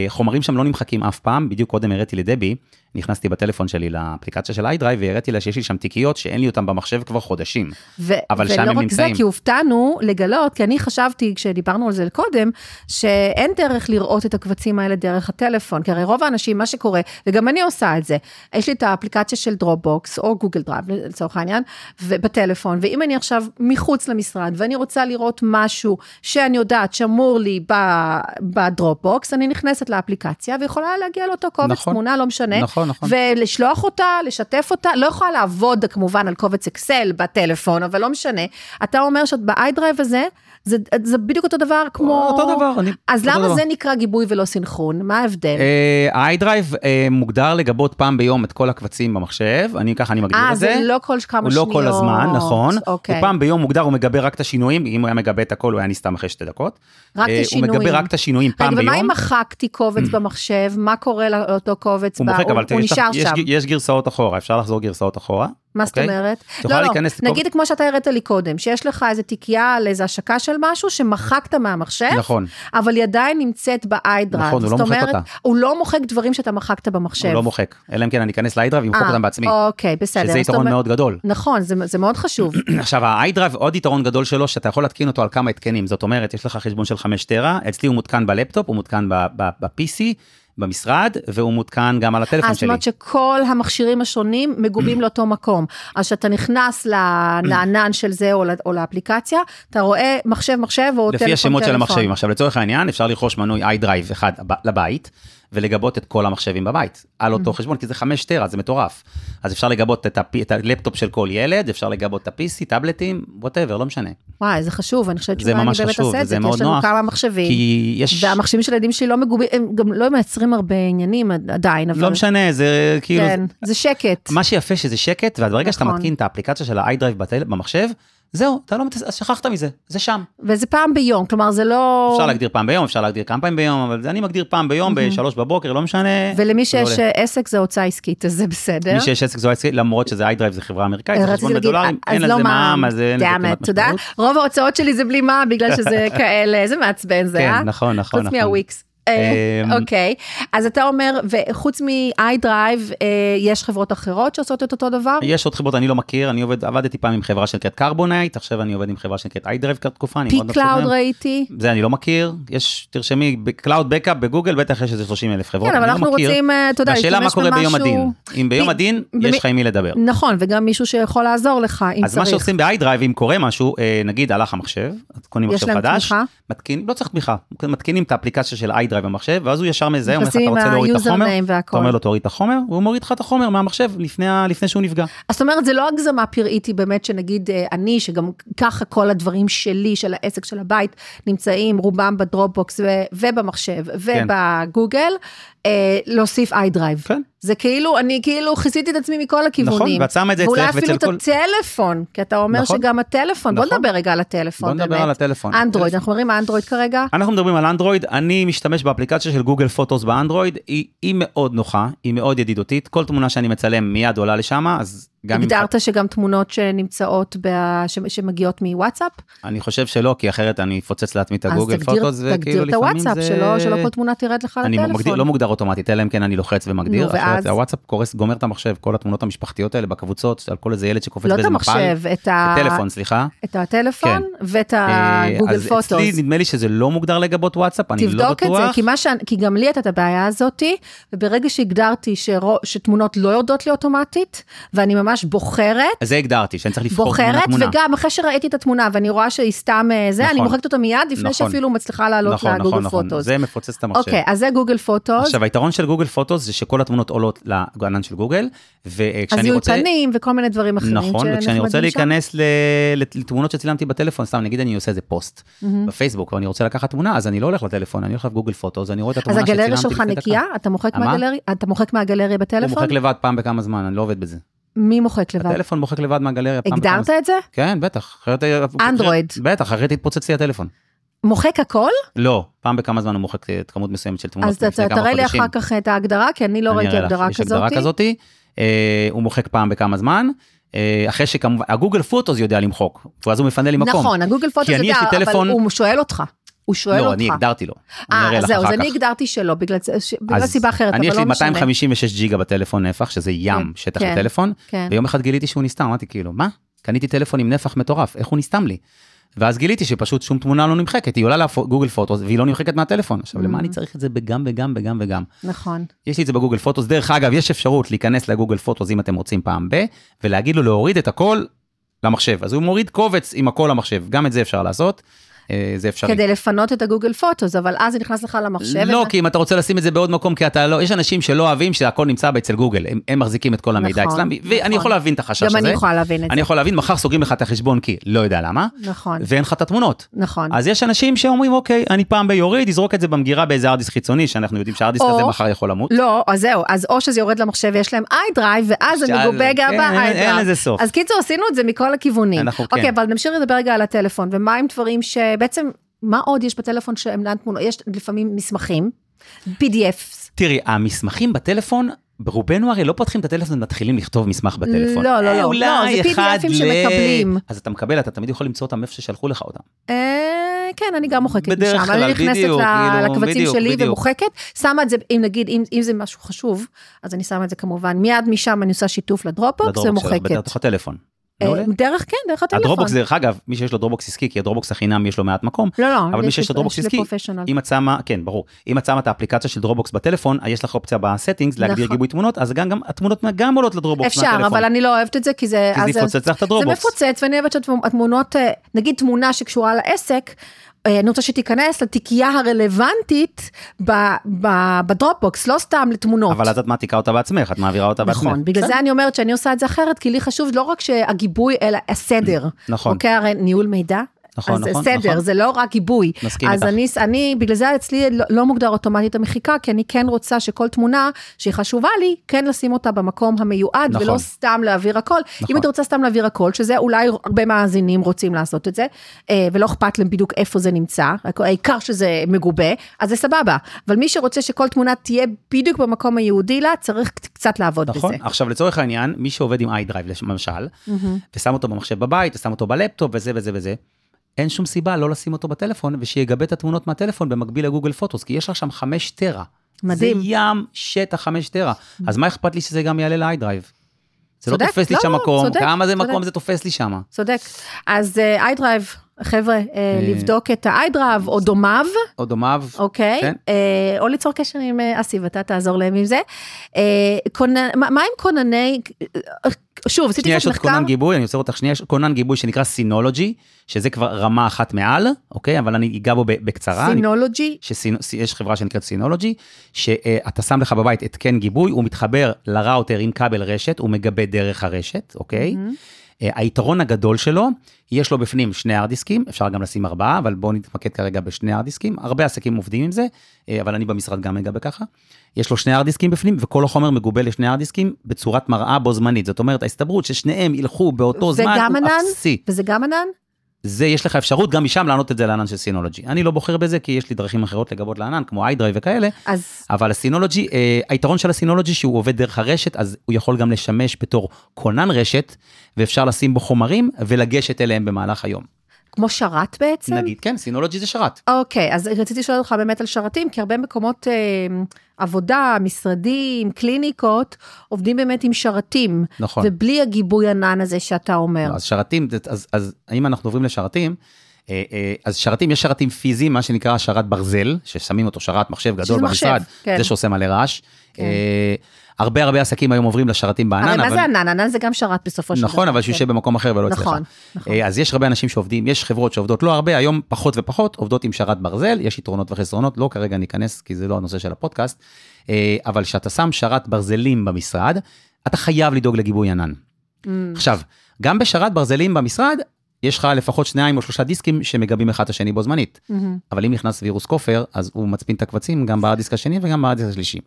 B: וחומרים שם לא נמחקים אף פעם. בדיוק קודם הראתי לדבי, נכנסתי בטלפון שלי לאפליקציה של iDrive, והראיתי לה שיש לי שם תיקיות שאין לי אותן במחשב כבר חודשים.
A: ו-
B: אבל שם
A: ולא
B: הם
A: רק זה,
B: נמצאים.
A: כי הופתענו לגלות, כי אני חשבתי, כשדיברנו על זה קודם, שאין דרך לראות את הקבצים האלה דרך הטלפון. כי הרי רוב האנשים, מה שקורה, וגם אני עושה את זה, יש לי את האפליקציה של דרופבוקס, או גוגל דרייב לצורך העניין, ובטלפון, ואם אני עכשיו מחוץ למשרד, ואני רוצה לראות משהו שאני יודעת שמור לי ב- בדרופבוקס, אני נכנסת לאפליקציה, ויכולה להגיע לאותו קובץ
B: נכון.
A: תמונה, לא משנה.
B: נכון, נכון.
A: ולשלוח אותה, לשתף אותה, לא יכולה לעבוד כמובן על קובץ אקסל בטלפון, אבל לא משנה. אתה אומר שאת באיידרייב הזה, זה, זה בדיוק אותו דבר כמו...
B: אותו דבר, אני-
A: אז
B: אותו
A: למה
B: דבר.
A: זה נקרא גיבוי ולא סינכרון? מה ההבדל?
B: אה, ה-iDrive אה, מוגדר לגבות פעם ביום את כל הקבצים במחשב, אני ככה אני מגדיר
A: אה,
B: את זה.
A: זה לא כל כמה
B: הוא
A: שניות.
B: לא כל הזמן, נכון.
A: אוקיי.
B: הוא פעם ביום מוגדר, הוא מגבה רק את השינויים, אם הוא היה מגבה את הכל, הוא היה אני סתם אחרי שתי דקות.
A: רק
B: אה,
A: את השינויים.
B: הוא מגבה רק את השינויים פעם
A: רגע,
B: ביום.
A: ומה אם מחקתי קובץ במחשב? מה קורה לאותו קובץ?
B: הוא
A: ב-
B: מוחק, אבל
A: הוא
B: יש, לך-
A: נשאר
B: יש,
A: שם.
B: יש גרסאות אחורה, אפשר לחזור גרסאות אחורה.
A: מה זאת
B: אוקיי?
A: אומרת? לא,
B: את יכולה להיכנס לקובץ-
A: נגיד כמו שאתה הראת לי קודם, שיש לך איזה תיקייה על איזה השקה של משהו שמחקת מהמחשב,
B: נכון.
A: אבל היא עדיין נמצאת ב-iDrive.
B: נכון, הוא
A: זאת
B: לא מוחק
A: אומרת,
B: אותה.
A: הוא לא מוחק דברים שאתה מחקת במחשב.
B: הוא לא מוחק, אלא אם כן אני אכנס לאיידרייב ואמחק
A: אה,
B: אותם בעצמי,
A: אוקיי, בסדר.
B: שזה
A: זאת
B: יתרון
A: אומרת-
B: מאוד גדול.
A: נכון, זה- זה מאוד חשוב.
B: עכשיו האיידרייב עוד יתרון גדול שלו שאתה יכול להתקין אותו על כמה התקנים זאת אומרת יש לך חשבון של 5 טרה אצלי הוא מותקן בלפטופ הוא מותקן ב- ב- ב-PC במשרד והוא מותקן גם על
A: אה,
B: הטלפון
A: זאת
B: נכון, שלי.
A: אומרת שכל המכשירים השונים מגובים לאותו מקום. אז כשאתה נכנס לנענן של זה או לא- או לאפליקציה, אתה רואה מחשב מחשב או טלפון טלפון.
B: לפי השמות של המחשבים עכשיו לצורך העניין אפשר לרכוש מנוי איידרייב אחד הב- לבית ולגבות את כל המחשבים בבית על
A: Mm-hmm.
B: אותו חשבון כי זה 5 טרה זה מטורף. אז אפשר לגבות את הפ- את הלפטופ של כל ילד אפשר לגבות את ה-PC טאבלטים ווטאבר לא משנה.
A: וואי, זה חשוב, אני חושבת
B: זה
A: שאולי אני
B: ממש
A: באמת
B: חשוב,
A: אעשה את
B: וזה
A: זה, כי יש
B: מאוד
A: לנו
B: נוח,
A: כמה מחשבים.
B: כי יש
A: והמחשבים של הילדים שלי לא מגובים, הם גם לא מייצרים הרבה עניינים עדיין, אבל...
B: לא משנה זה כאילו
A: כן, זה שקט.
B: מה שיפה שזה שקט, וברגע שאתה
A: נכון.
B: מתקין את האפליקציה של האיידרייב בטל- במחשב, זהו, אתה לא מתס... אז שכחת מזה, זה שם.
A: וזה פעם ביום, כלומר זה לא...
B: אפשר להגדיר פעם ביום, אפשר להגדיר כמה פעמים ביום, אבל זה- אני מגדיר פעם ביום, בשלוש בבוקר, לא משנה.
A: ולמי
B: זה
A: שיש אה,
B: עולה.
A: עסק זה הוצאה עסקית, אז זה בסדר. אה,
B: מי שיש עסק זו עסק, למרות שזה איידרייב זה חברה אמריקאית, זה
A: רציתי
B: חשבון
A: להגיד,
B: בדולרים,
A: אז
B: אין על
A: לא
B: זה מע"מ, אז אין לזה
A: damn
B: כמעט
A: it, תודה.
B: משמעות.
A: רוב ההוצאות שלי זה בלי מע"מ, בגלל שזה כאלה, זה מעצבן זה,
B: כן,
A: אה?
B: נכון, נכון,
A: חוץ
B: נכון.
A: מהוויקס. אה,
B: אמ,
A: אוקיי, אז אתה אומר, וחוץ מ-iDrive, אה, יש חברות אחרות שעושות את אותו דבר?
B: יש עוד חברות, אני לא מכיר, אני עובד, עבדתי פעם עם חברה שנקראת קרבונייט, עכשיו אני עובד עם חברה שנקראת איידרייב תקופה, אני מאוד מבסוט
A: P-Cloud
B: מהם.
A: ראיתי.
B: זה אני לא מכיר, יש, תרשמי, בקלאוד בקאפ בגוגל, בטח יש איזה 30 אלף חברות,
A: כן,
B: אני
A: אבל
B: לא
A: אנחנו
B: מכיר.
A: רוצים, אה, אתה יודע,
B: השאלה מה
A: להשתמש
B: קורה ביום הדין.
A: במשהו...
B: אם ביום
A: ב-
B: הדין,
A: במי-
B: יש לך עם מי לדבר.
A: נכון, וגם מישהו שיכול לעזור לך, אם צריך.
B: אז מה שעושים באיידרייב, אם קורה משהו, אה, נגיד הלך המחשב, אז קונים
A: יש
B: מחשב
A: להם
B: חדש,
A: תמיכה?
B: מתקינים, לא צריך תמיכה, מתקינים את האפליקציה של איידרייב במחשב, ואז הוא ישר מזהה, אומר לך, אתה
A: נכנסים
B: רוצה
A: עם
B: להוריד את
A: ה-username
B: החומר,
A: והכל.
B: אתה אומר לו, תוריד את החומר, והוא מוריד לך את החומר מהמחשב לפני ה- לפני שהוא נפגע.
A: אז זאת אומרת, זה לא הגזמה פראית, היא באמת שנגיד אה, אני, שגם ככה כל הדברים שלי, של העסק, של הבית, נמצאים רובם בדרופבוקס ו- ובמחשב ובגוגל, אה, להוסיף iDrive.
B: כן.
A: זה כאילו, אני כאילו כיסיתי את עצמי מכל הכיוונים.
B: נכון, ואת שמה את זה
A: ואולי
B: אצלך
A: אפילו את
B: ואצל
A: הטלפון, כי אתה אומר
B: נכון.
A: שגם הטלפון, בוא
B: נכון.
A: נדבר רגע על הטלפון,
B: בוא נדבר
A: באמת.
B: על הטלפון.
A: אנדרואיד, אנחנו אומרים אנדרואיד כרגע?
B: אנחנו מדברים על אנדרואיד, אני משתמש באפליקציה של גוגל פוטוס באנדרואיד, היא, היא מאוד נוחה, היא מאוד ידידותית, כל תמונה שאני מצלם מיד עולה לשם, אז גם אם...
A: הגדרת שגם תמונות שנמצאות, ב- ש- שמגיעות מוואטסאפ?
B: אני חושב שלא, כי אחרת אני אפוצץ לעצמי את
A: אז
B: הגוגל
A: תגדיר-
B: פוטוס,
A: תגדיר
B: וכאילו
A: את
B: לפעמים
A: הוואטסאפ,
B: זה...
A: שלא שלא כל תמונה תרד לך על
B: אני
A: הטלפון.
B: מגדיר, לא מוגדר אוטומטית, אלא אם כן אני לוחץ ומגדיר,
A: נו, ואז?
B: אחרת הוואטסאפ קורס, גומר את המחשב, כל התמונות המשפחתיות האלה בקבוצות, על כל איזה ילד שקופץ
A: לא את
B: באיזה מפל.
A: המחשב, את, ה...
B: הטלפון, סליחה.
A: את הטלפון
B: כן.
A: ואת
B: אה,
A: הגוגל
B: אז
A: פוטוס.
B: אצלי נדמה לי שזה לא מוגדר לגבות וואטסאפ, אני לא
A: תבדוק
B: בטוח.
A: את זה, כי, מה ש... כי גם לי הייתה את הבעיה הזאתי, וברגע שהגדרתי שרו... שתמונות לא יורדות לי אוטומטית, ואני ממש בוחרת,
B: אז זה הגדרתי, שאני צריך לבחור תמונה
A: בוחרת,
B: תמונה.
A: וגם אחרי שראיתי את התמונה ואני רואה שהיא סתם אה, זה,
B: נכון.
A: אני מוחקת אותה מיד לפני
B: נכון.
A: שאפילו מצליחה לעלות
B: נכון,
A: לגוגל
B: נכון, נכון,
A: פוטוס.
B: זה מפוצץ את המחשב.
A: אוקיי, אז זה גוגל פוטוס,
B: עכשיו היתרון של גוגל פוטוס זה שכל התמונות עולות לענן של גוגל,
A: אז
B: וכשאני
A: יהיו
B: רוצה...
A: פנים וכל מיני דברים אחרים
B: נכון, וכשאני רוצה
A: שנחמדים שם.
B: להיכנס ל- לת- לתמונות שצילמתי בטלפון, סתם נגיד אני עושה איזה פוסט
A: Mm.
B: בפייסבוק, ואני רוצה לקחת תמונה, אז אני לא הולך לטלפון, אני הולך לגוגל פוטוס, אני רואה את
A: אז
B: התמונה שצילמתי
A: הגלריה שלך
B: לפני דקה.
A: נקייה? אתה מוחק
B: מה?
A: מהגלריה? אתה מוחק מהגלריה
B: הוא
A: בטלפון?
B: מוחק לבד פעם בכמה זמן, אני לא עובד בזה.
A: מי מוחק לבד?
B: הטלפון מוחק לבד מהגלריה פעם בכמה
A: הגדרת
B: זמן.
A: את זה?
B: כן, בטח. אחרת- כן,
A: אנדרואיד.
B: בטח, אחרת התפוצץ לי הטלפון.
A: מוחק הכל?
B: לא, פעם בכמה זמן הוא מוחק אה, את כמות מסוימת של תמונות
A: אז
B: לפני כמה
A: אתה תראה
B: חודשים.
A: לי אחר כך את ההגדרה, כי אני לא
B: אני
A: ראיתי
B: אראה לך,
A: הגדרה
B: יש הגדרה
A: כזאת.
B: כזאתי, אה, הוא מוחק פעם בכמה זמן, אה, אחרי שכמובן, הגוגל פוטוס יודע למחוק, ואז הוא מפנה לי מקום.
A: נכון, הגוגל פוטוס
B: כי אני,
A: יודע,
B: יש לי
A: אבל
B: טלפון-
A: הוא שואל אותך. הוא שואל
B: לא,
A: אותך.
B: אני הגדרתי לו. אני אראה
A: אה,
B: לך
A: זהו,
B: אחר
A: אז
B: כך.
A: אני הגדרתי שלא, בגלל זה- ש- בגלל
B: אז
A: סיבה אחרת, אבל
B: אני יש לי
A: לא משנה.
B: 256 ג'יגה בטלפון נפח, שזה ים
A: כן,
B: שטח
A: כן,
B: לטלפון,
A: כן.
B: ויום אחד גיליתי שהוא נסתם, אמרתי כאילו, מה? קניתי טלפון עם נפח מטורף, איך הוא נסתם לי? ואז גיליתי שפשוט שום תמונה לא נמחקת, היא עולה לגוגל פוטוס והיא לא נמחקת מהטלפון. עכשיו, למה
A: Mm.
B: אני צריך את זה בגם וגם וגם וגם?
A: נכון.
B: יש לי את זה בגוגל פוטוס. דרך אגב, יש אפשרות להיכנס לגוגל פוטוס, אם אתם רוצים פעם ב, ולהגיד לו להוריד את הכל למחשב. אז הוא מוריד קובץ עם הכל למחשב, גם את זה אפשר לעשות, אה, זה אפשרי.
A: כדי לפנות את הגוגל פוטוס, אבל אז זה נכנס לך למחשב.
B: לא,
A: וזה-
B: כי אם אתה רוצה לשים את זה בעוד מקום, כי אתה לא, יש אנשים שלא אוהבים שהכל נמצא אצל גוגל, הם, הם מחזיקים את כל המידע
A: נכון,
B: אצלם, ואני
A: נכון.
B: יכול להבין את החשש
A: גם
B: הזה.
A: אני יכולה להבין את
B: אני
A: זה.
B: יכול להבין, מחר סוגרים לך את החשבון כי לא יודע למה,
A: נכון,
B: ואין לך את התמונות.
A: נכון.
B: אז יש אנשים שאומרים, אוקיי, אני פעם ביוריד, אזרוק את זה במגירה באיזה ארדיס חיצוני, שאנחנו יודעים שהארדיס
A: או-
B: הזה מחר יכול למות.
A: לא, אז זהו, אז או שזה יורד למחשב ויש להם iDrive, ואז זה
B: שאל-
A: מגובה גם
B: כן, אין- אין
A: ב-iDrive.
B: לזה סוף.
A: אז קיצור, עשינו את זה מכל הכיוונים.
B: אנחנו-
A: אוקיי,
B: כן.
A: אבל נמשיך לדבר רגע על הטלפון, ומה עם דברים ש... בעצם, מה עוד יש בטלפון שהם לאן תמונות? יש לפעמים מסמכים, PDFs.
B: תראי, המסמכים בטלפון, ברובנו הרי לא פותחים את הטלפון ומתחילים לכתוב מסמך בטלפון.
A: לא, לא,
B: אה,
A: לא.
B: אולי
A: לא, זה
B: אחד
A: PDFים
B: ל-
A: שמקבלים.
B: אז אתה מקבל, אתה תמיד יכול למצוא אותם איפה ששלחו לך אותם.
A: אה, כן, אני גם מוחקת
B: בדרך
A: משם.
B: כלל,
A: אני נכנסת
B: בדיוק,
A: ל-
B: כאילו,
A: לקבצים
B: בדיוק,
A: שלי
B: בדיוק.
A: ומוחקת, שמה את זה, אם נגיד, אם, אם זה משהו חשוב, אז אני שמה את זה כמובן מיד משם, אני עושה שיתוף לדרופבוקס
B: לדרובוקס שלך,
A: ומוחקת.
B: בתוך הטלפון.
A: אה,
B: מעולה.
A: דרך, כן, דרך הטלפון.
B: הדרובוקס, דרך אגב, מי שיש לו דרובוקס עסקי, כי הדרובוקס החינם יש לו מעט מקום,
A: לא, לא,
B: אבל מי
A: יש
B: שיש
A: לי-
B: לו דרובוקס
A: יש לי
B: עסקי,
A: פרופשיונל.
B: אם את שמה, כן, ברור, אם את שמה את האפליקציה של דרובוקס בטלפון, אה, יש לך אופציה בסטינגס להגדיר
A: נכון.
B: גיבוי תמונות, אז גם גם התמונות גם עולות לדרובוקס מהטלפון.
A: אפשר, אבל אני לא אוהבת את זה, כי זה...
B: כי זה
A: אז-
B: יפוצץ לך את
A: זה
B: הדרובוקס.
A: מפוצץ, ואני אוהבת שהתמונות, אה, נגיד תמונה שקשורה לעסק, אה, אני רוצה שתיכנס לתיקייה הרלוונטית ב- ב- בדרופבוקס, לא סתם לתמונות.
B: אבל אז את כן. מעתיקה אותה בעצמך, את מעבירה אותה בעצמך.
A: נכון, בגלל
B: בסדר.
A: זה אני אומרת שאני עושה את זה אחרת, כי לי חשוב לא רק שהגיבוי, אלא הסדר.
B: נכון.
A: אוקיי, הרי ניהול מידע.
B: נכון,
A: אז
B: נכון,
A: סדר,
B: נכון.
A: זה לא רק גיבוי.
B: מסכים
A: אז
B: איתך.
A: אני, אני, בגלל זה אצלי לא, לא מוגדר אוטומטית המחיקה, כי אני כן רוצה שכל תמונה שהיא חשובה לי, כן לשים אותה במקום המיועד,
B: נכון.
A: ולא סתם להעביר הכל.
B: נכון.
A: אם אתה רוצה סתם להעביר הכל, שזה אולי הרבה מאזינים רוצים לעשות את זה, אה, ולא אכפת להם בדיוק איפה זה נמצא, רק- העיקר שזה מגובה, אז זה סבבה. אבל מי שרוצה שכל תמונה תהיה בדיוק במקום הייעודי לה, צריך קצת לעבוד
B: נכון,
A: בזה.
B: עכשיו לצורך העניין, מי שעובד עם iDrive לש- למשל, ושם אותו במחשב בבית, ושם אותו בלפטופ, וזה וזה וזה, אין שום סיבה לא לשים אותו בטלפון, ושיגבה את התמונות מהטלפון במקביל לגוגל פוטוס, כי יש לך שם חמש טרה.
A: מדהים.
B: זה ים שטח חמש טרה. אז מה אכפת לי שזה גם יעלה ל-iDrive? זה לא
A: צודק,
B: תופס לי
A: לא,
B: שם מקום,
A: צודק,
B: כמה זה
A: צודק.
B: מקום זה תופס לי שם.
A: צודק. אז אה, iDrive, חבר'ה, אה,
B: אה,
A: לבדוק את ה-iDrive או דומיו,
B: או דומיו,
A: אוקיי?
B: כן.
A: אה, או ליצור קשר עם אה, אסי ואתה תעזור להם עם זה. אה, כונן- מה מה עם כונני... אה, שוב, עשיתי
B: שנייה, יש
A: קצת
B: עוד
A: מחקר.
B: כונן גיבוי, אני עוצר אותך שנייה, יש כונן גיבוי שנקרא סינולוגי, שזה כבר רמה אחת מעל, אוקיי? אבל אני אגע בו ב- בקצרה. אני-
A: סינולוגי.
B: שיש חברה שנקראת סינולוגי, שאתה שם לך בבית התקן גיבוי, הוא מתחבר לראוטר עם כבל רשת, הוא מגבה דרך הרשת, אוקיי? אה, היתרון הגדול שלו, יש לו בפנים שני הרד דיסקים, אפשר גם לשים ארבעה, אבל בואו נתמקד כרגע בשני הרד דיסקים. הרבה עסקים עובדים עם זה, אה, אבל אני במשרד גם מגבה ככה. יש לו שני הרד דיסקים בפנים, וכל החומר מגובה לשני הרד דיסקים בצורת מראה בו זמנית. זאת אומרת, ההסתברות ששניהם ילכו באותו
A: זה
B: זמן,
A: גם
B: הוא
A: ענן?
B: אפסי.
A: וזה גם ענן?
B: זה, יש לך אפשרות גם משם לענות את זה לענן של סינולוגי. אני לא בוחר בזה, כי יש לי דרכים אחרות לגבות לענן, כמו איידריי וכאלה,
A: אז
B: אבל הסינולוגי, אה, היתרון של הסינולוגי שהוא עובד דרך הרשת, אז הוא יכול גם לשמש בתור כונן רשת, ואפשר לשים בו חומרים ולגשת אליהם במהלך היום.
A: כמו שרת בעצם?
B: נגיד, כן, סינולוגי זה שרת.
A: אוקיי, אז רציתי לשאול אותך באמת על שרתים, כי הרבה מקומות אה, עבודה, משרדים, קליניקות, עובדים באמת עם שרתים.
B: נכון. לא,
A: ובלי הגיבוי ענן הזה שאתה אומר.
B: אז שרתים, זה- אז, אז אם אנחנו עוברים לשרתים, אה, אה, אז שרתים, יש שרתים פיזיים, מה שנקרא שרת ברזל, ששמים אותו שרת מחשב גדול
A: שזה מחשב,
B: במשרד,
A: כן.
B: זה שעושה מלא רעש.
A: כן.
B: אה, הרבה הרבה עסקים היום עוברים לשרתים בענן,
A: הרי מה זה ענן? ענן זה גם שרת בסופו של דבר.
B: נכון, אבל שהוא
A: כן.
B: יושב במקום אחר ולא אצלך.
A: נכון, נכון.
B: אה, אז יש הרבה אנשים שעובדים, יש חברות שעובדות לא הרבה, היום פחות ופחות, עובדות עם שרת ברזל, יש יתרונות וחסרונות, לא כרגע ניכנס, כי זה לא הנושא של הפודקאסט, אה, אבל כשאתה שם שרת ברזלים במשרד, אתה חייב לדאוג לגיבוי ענן.
A: Mm,
B: עכשיו, גם בשרת ברזלים במשרד, יש לך לפחות שניים או שלושה דיסקים שמגבים אחד את השני בו זמנית.
A: מהמם.
B: אבל אם נכנס וירוס כופר, אז הוא מצפין את הקבצים גם בהרדיסק השני וגם בהרדיסק השלישי.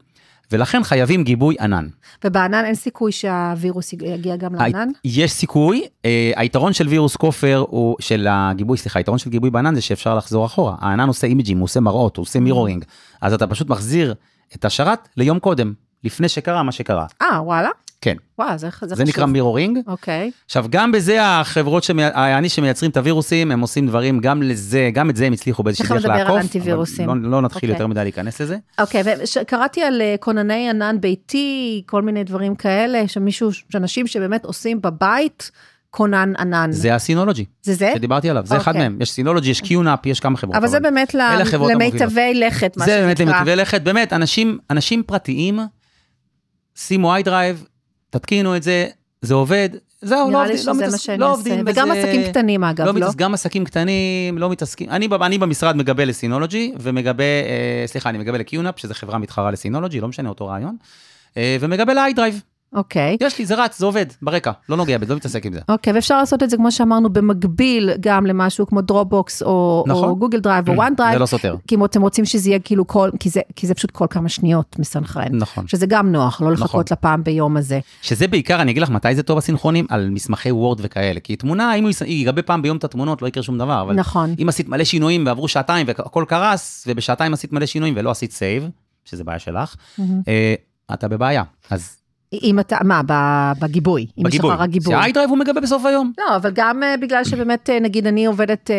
B: ולכן חייבים גיבוי ענן.
A: ובענן אין סיכוי שהווירוס יגיע גם לענן?
B: הי- יש סיכוי, אה, היתרון של וירוס כופר, הוא, של הגיבוי, סליחה, היתרון של גיבוי בענן זה שאפשר לחזור אחורה. הענן עושה אימג'ים, הוא עושה מראות, הוא
A: Mm.
B: עושה מירורינג. אז אתה פשוט מחזיר את השרת ליום קודם, לפני שקרה מה שקרה.
A: אה, וואלה?
B: כן,
A: וואו, זה זה חשוב.
B: זה נקרא מירורינג.
A: אוקיי.
B: עכשיו, גם בזה החברות, שמי... אני שמייצרים את הווירוסים, הם עושים דברים, גם לזה, גם את זה הם הצליחו באיזושהי
A: תכף
B: דרך
A: נדבר על
B: לעקוף. אבל
A: אנטיווירוסים.
B: לא, לא נתחיל
A: אוקיי.
B: יותר מדי להיכנס לזה.
A: אוקיי, וקראתי על אה, כונני ענן ביתי, כל מיני דברים כאלה, שמישהו, שאנשים שבאמת עושים בבית כונן ענן.
B: זה הסינולוגי,
A: זה זה?
B: שדיברתי עליו, זה אחד
A: אה, אוקיי.
B: מהם. יש סינולוגי, יש קיונאפ, יש כמה חברות.
A: אבל זה באמת ל-
B: אלה החברות
A: למיטבי לכת, מה שנקרא.
B: זה באמת למתווה לכת, באמת, אנשים, אנשים פרטיים, שימו iDrive, תתקינו את זה, זה עובד, זהו, לא
A: נראה לי
B: עובדים, לא,
A: שזה מה
B: מתעס...
A: שאני
B: לא
A: אעשה.
B: עובדים
A: וגם
B: בזה,
A: עסקים קטנים אגב, לא?
B: לא? מתעס... גם עסקים קטנים, לא מתעסקים, אני, ב- אני במשרד מגבה לסינולוגי, ומגבה, אה, סליחה, אני מגבה לקיונאפ, שזה חברה מתחרה לסינולוגי, לא משנה, אותו רעיון, אה, ומגבה ל-iDrive.
A: אוקיי.
B: יש לי, זה רץ, זה עובד, ברקע, לא נוגע בזה, לא מתעסק עם זה.
A: אוקיי, ואפשר לעשות את זה, כמו שאמרנו, במקביל גם למשהו כמו דרובוקס, או,
B: נכון.
A: או גוגל דרייב, או וואן
B: זה
A: דרייב,
B: לא סותר.
A: כי אם אתם רוצים שזה יהיה כאילו כל, כי זה, כי זה פשוט כל כמה שניות מסנכרן.
B: נכון.
A: שזה גם נוח, לא לחכות
B: נכון.
A: לפעם ביום הזה.
B: שזה בעיקר, אני אגיד לך מתי זה טוב הסינכרונים, על מסמכי וורד וכאלה. כי תמונה, אם הוא יס- יגבה פעם ביום את התמונות, לא יקרה שום דבר. אבל
A: נכון.
B: אם עשית מלא שינויים ועברו שעתיים והכל קרס, ובשעתיים עשית מלא שינויים ולא עשית סייב, שזה בעיה שלך, אה, אתה בבעיה. אז
A: אם אתה, מה, ב- בגיבוי? אם יש לך
B: בגיבוי.
A: רק גיבוי.
B: שהאיידרייב הוא מגבה בסוף היום.
A: לא, אבל גם אה, בגלל שבאמת, אה, נגיד, אני עובדת אה,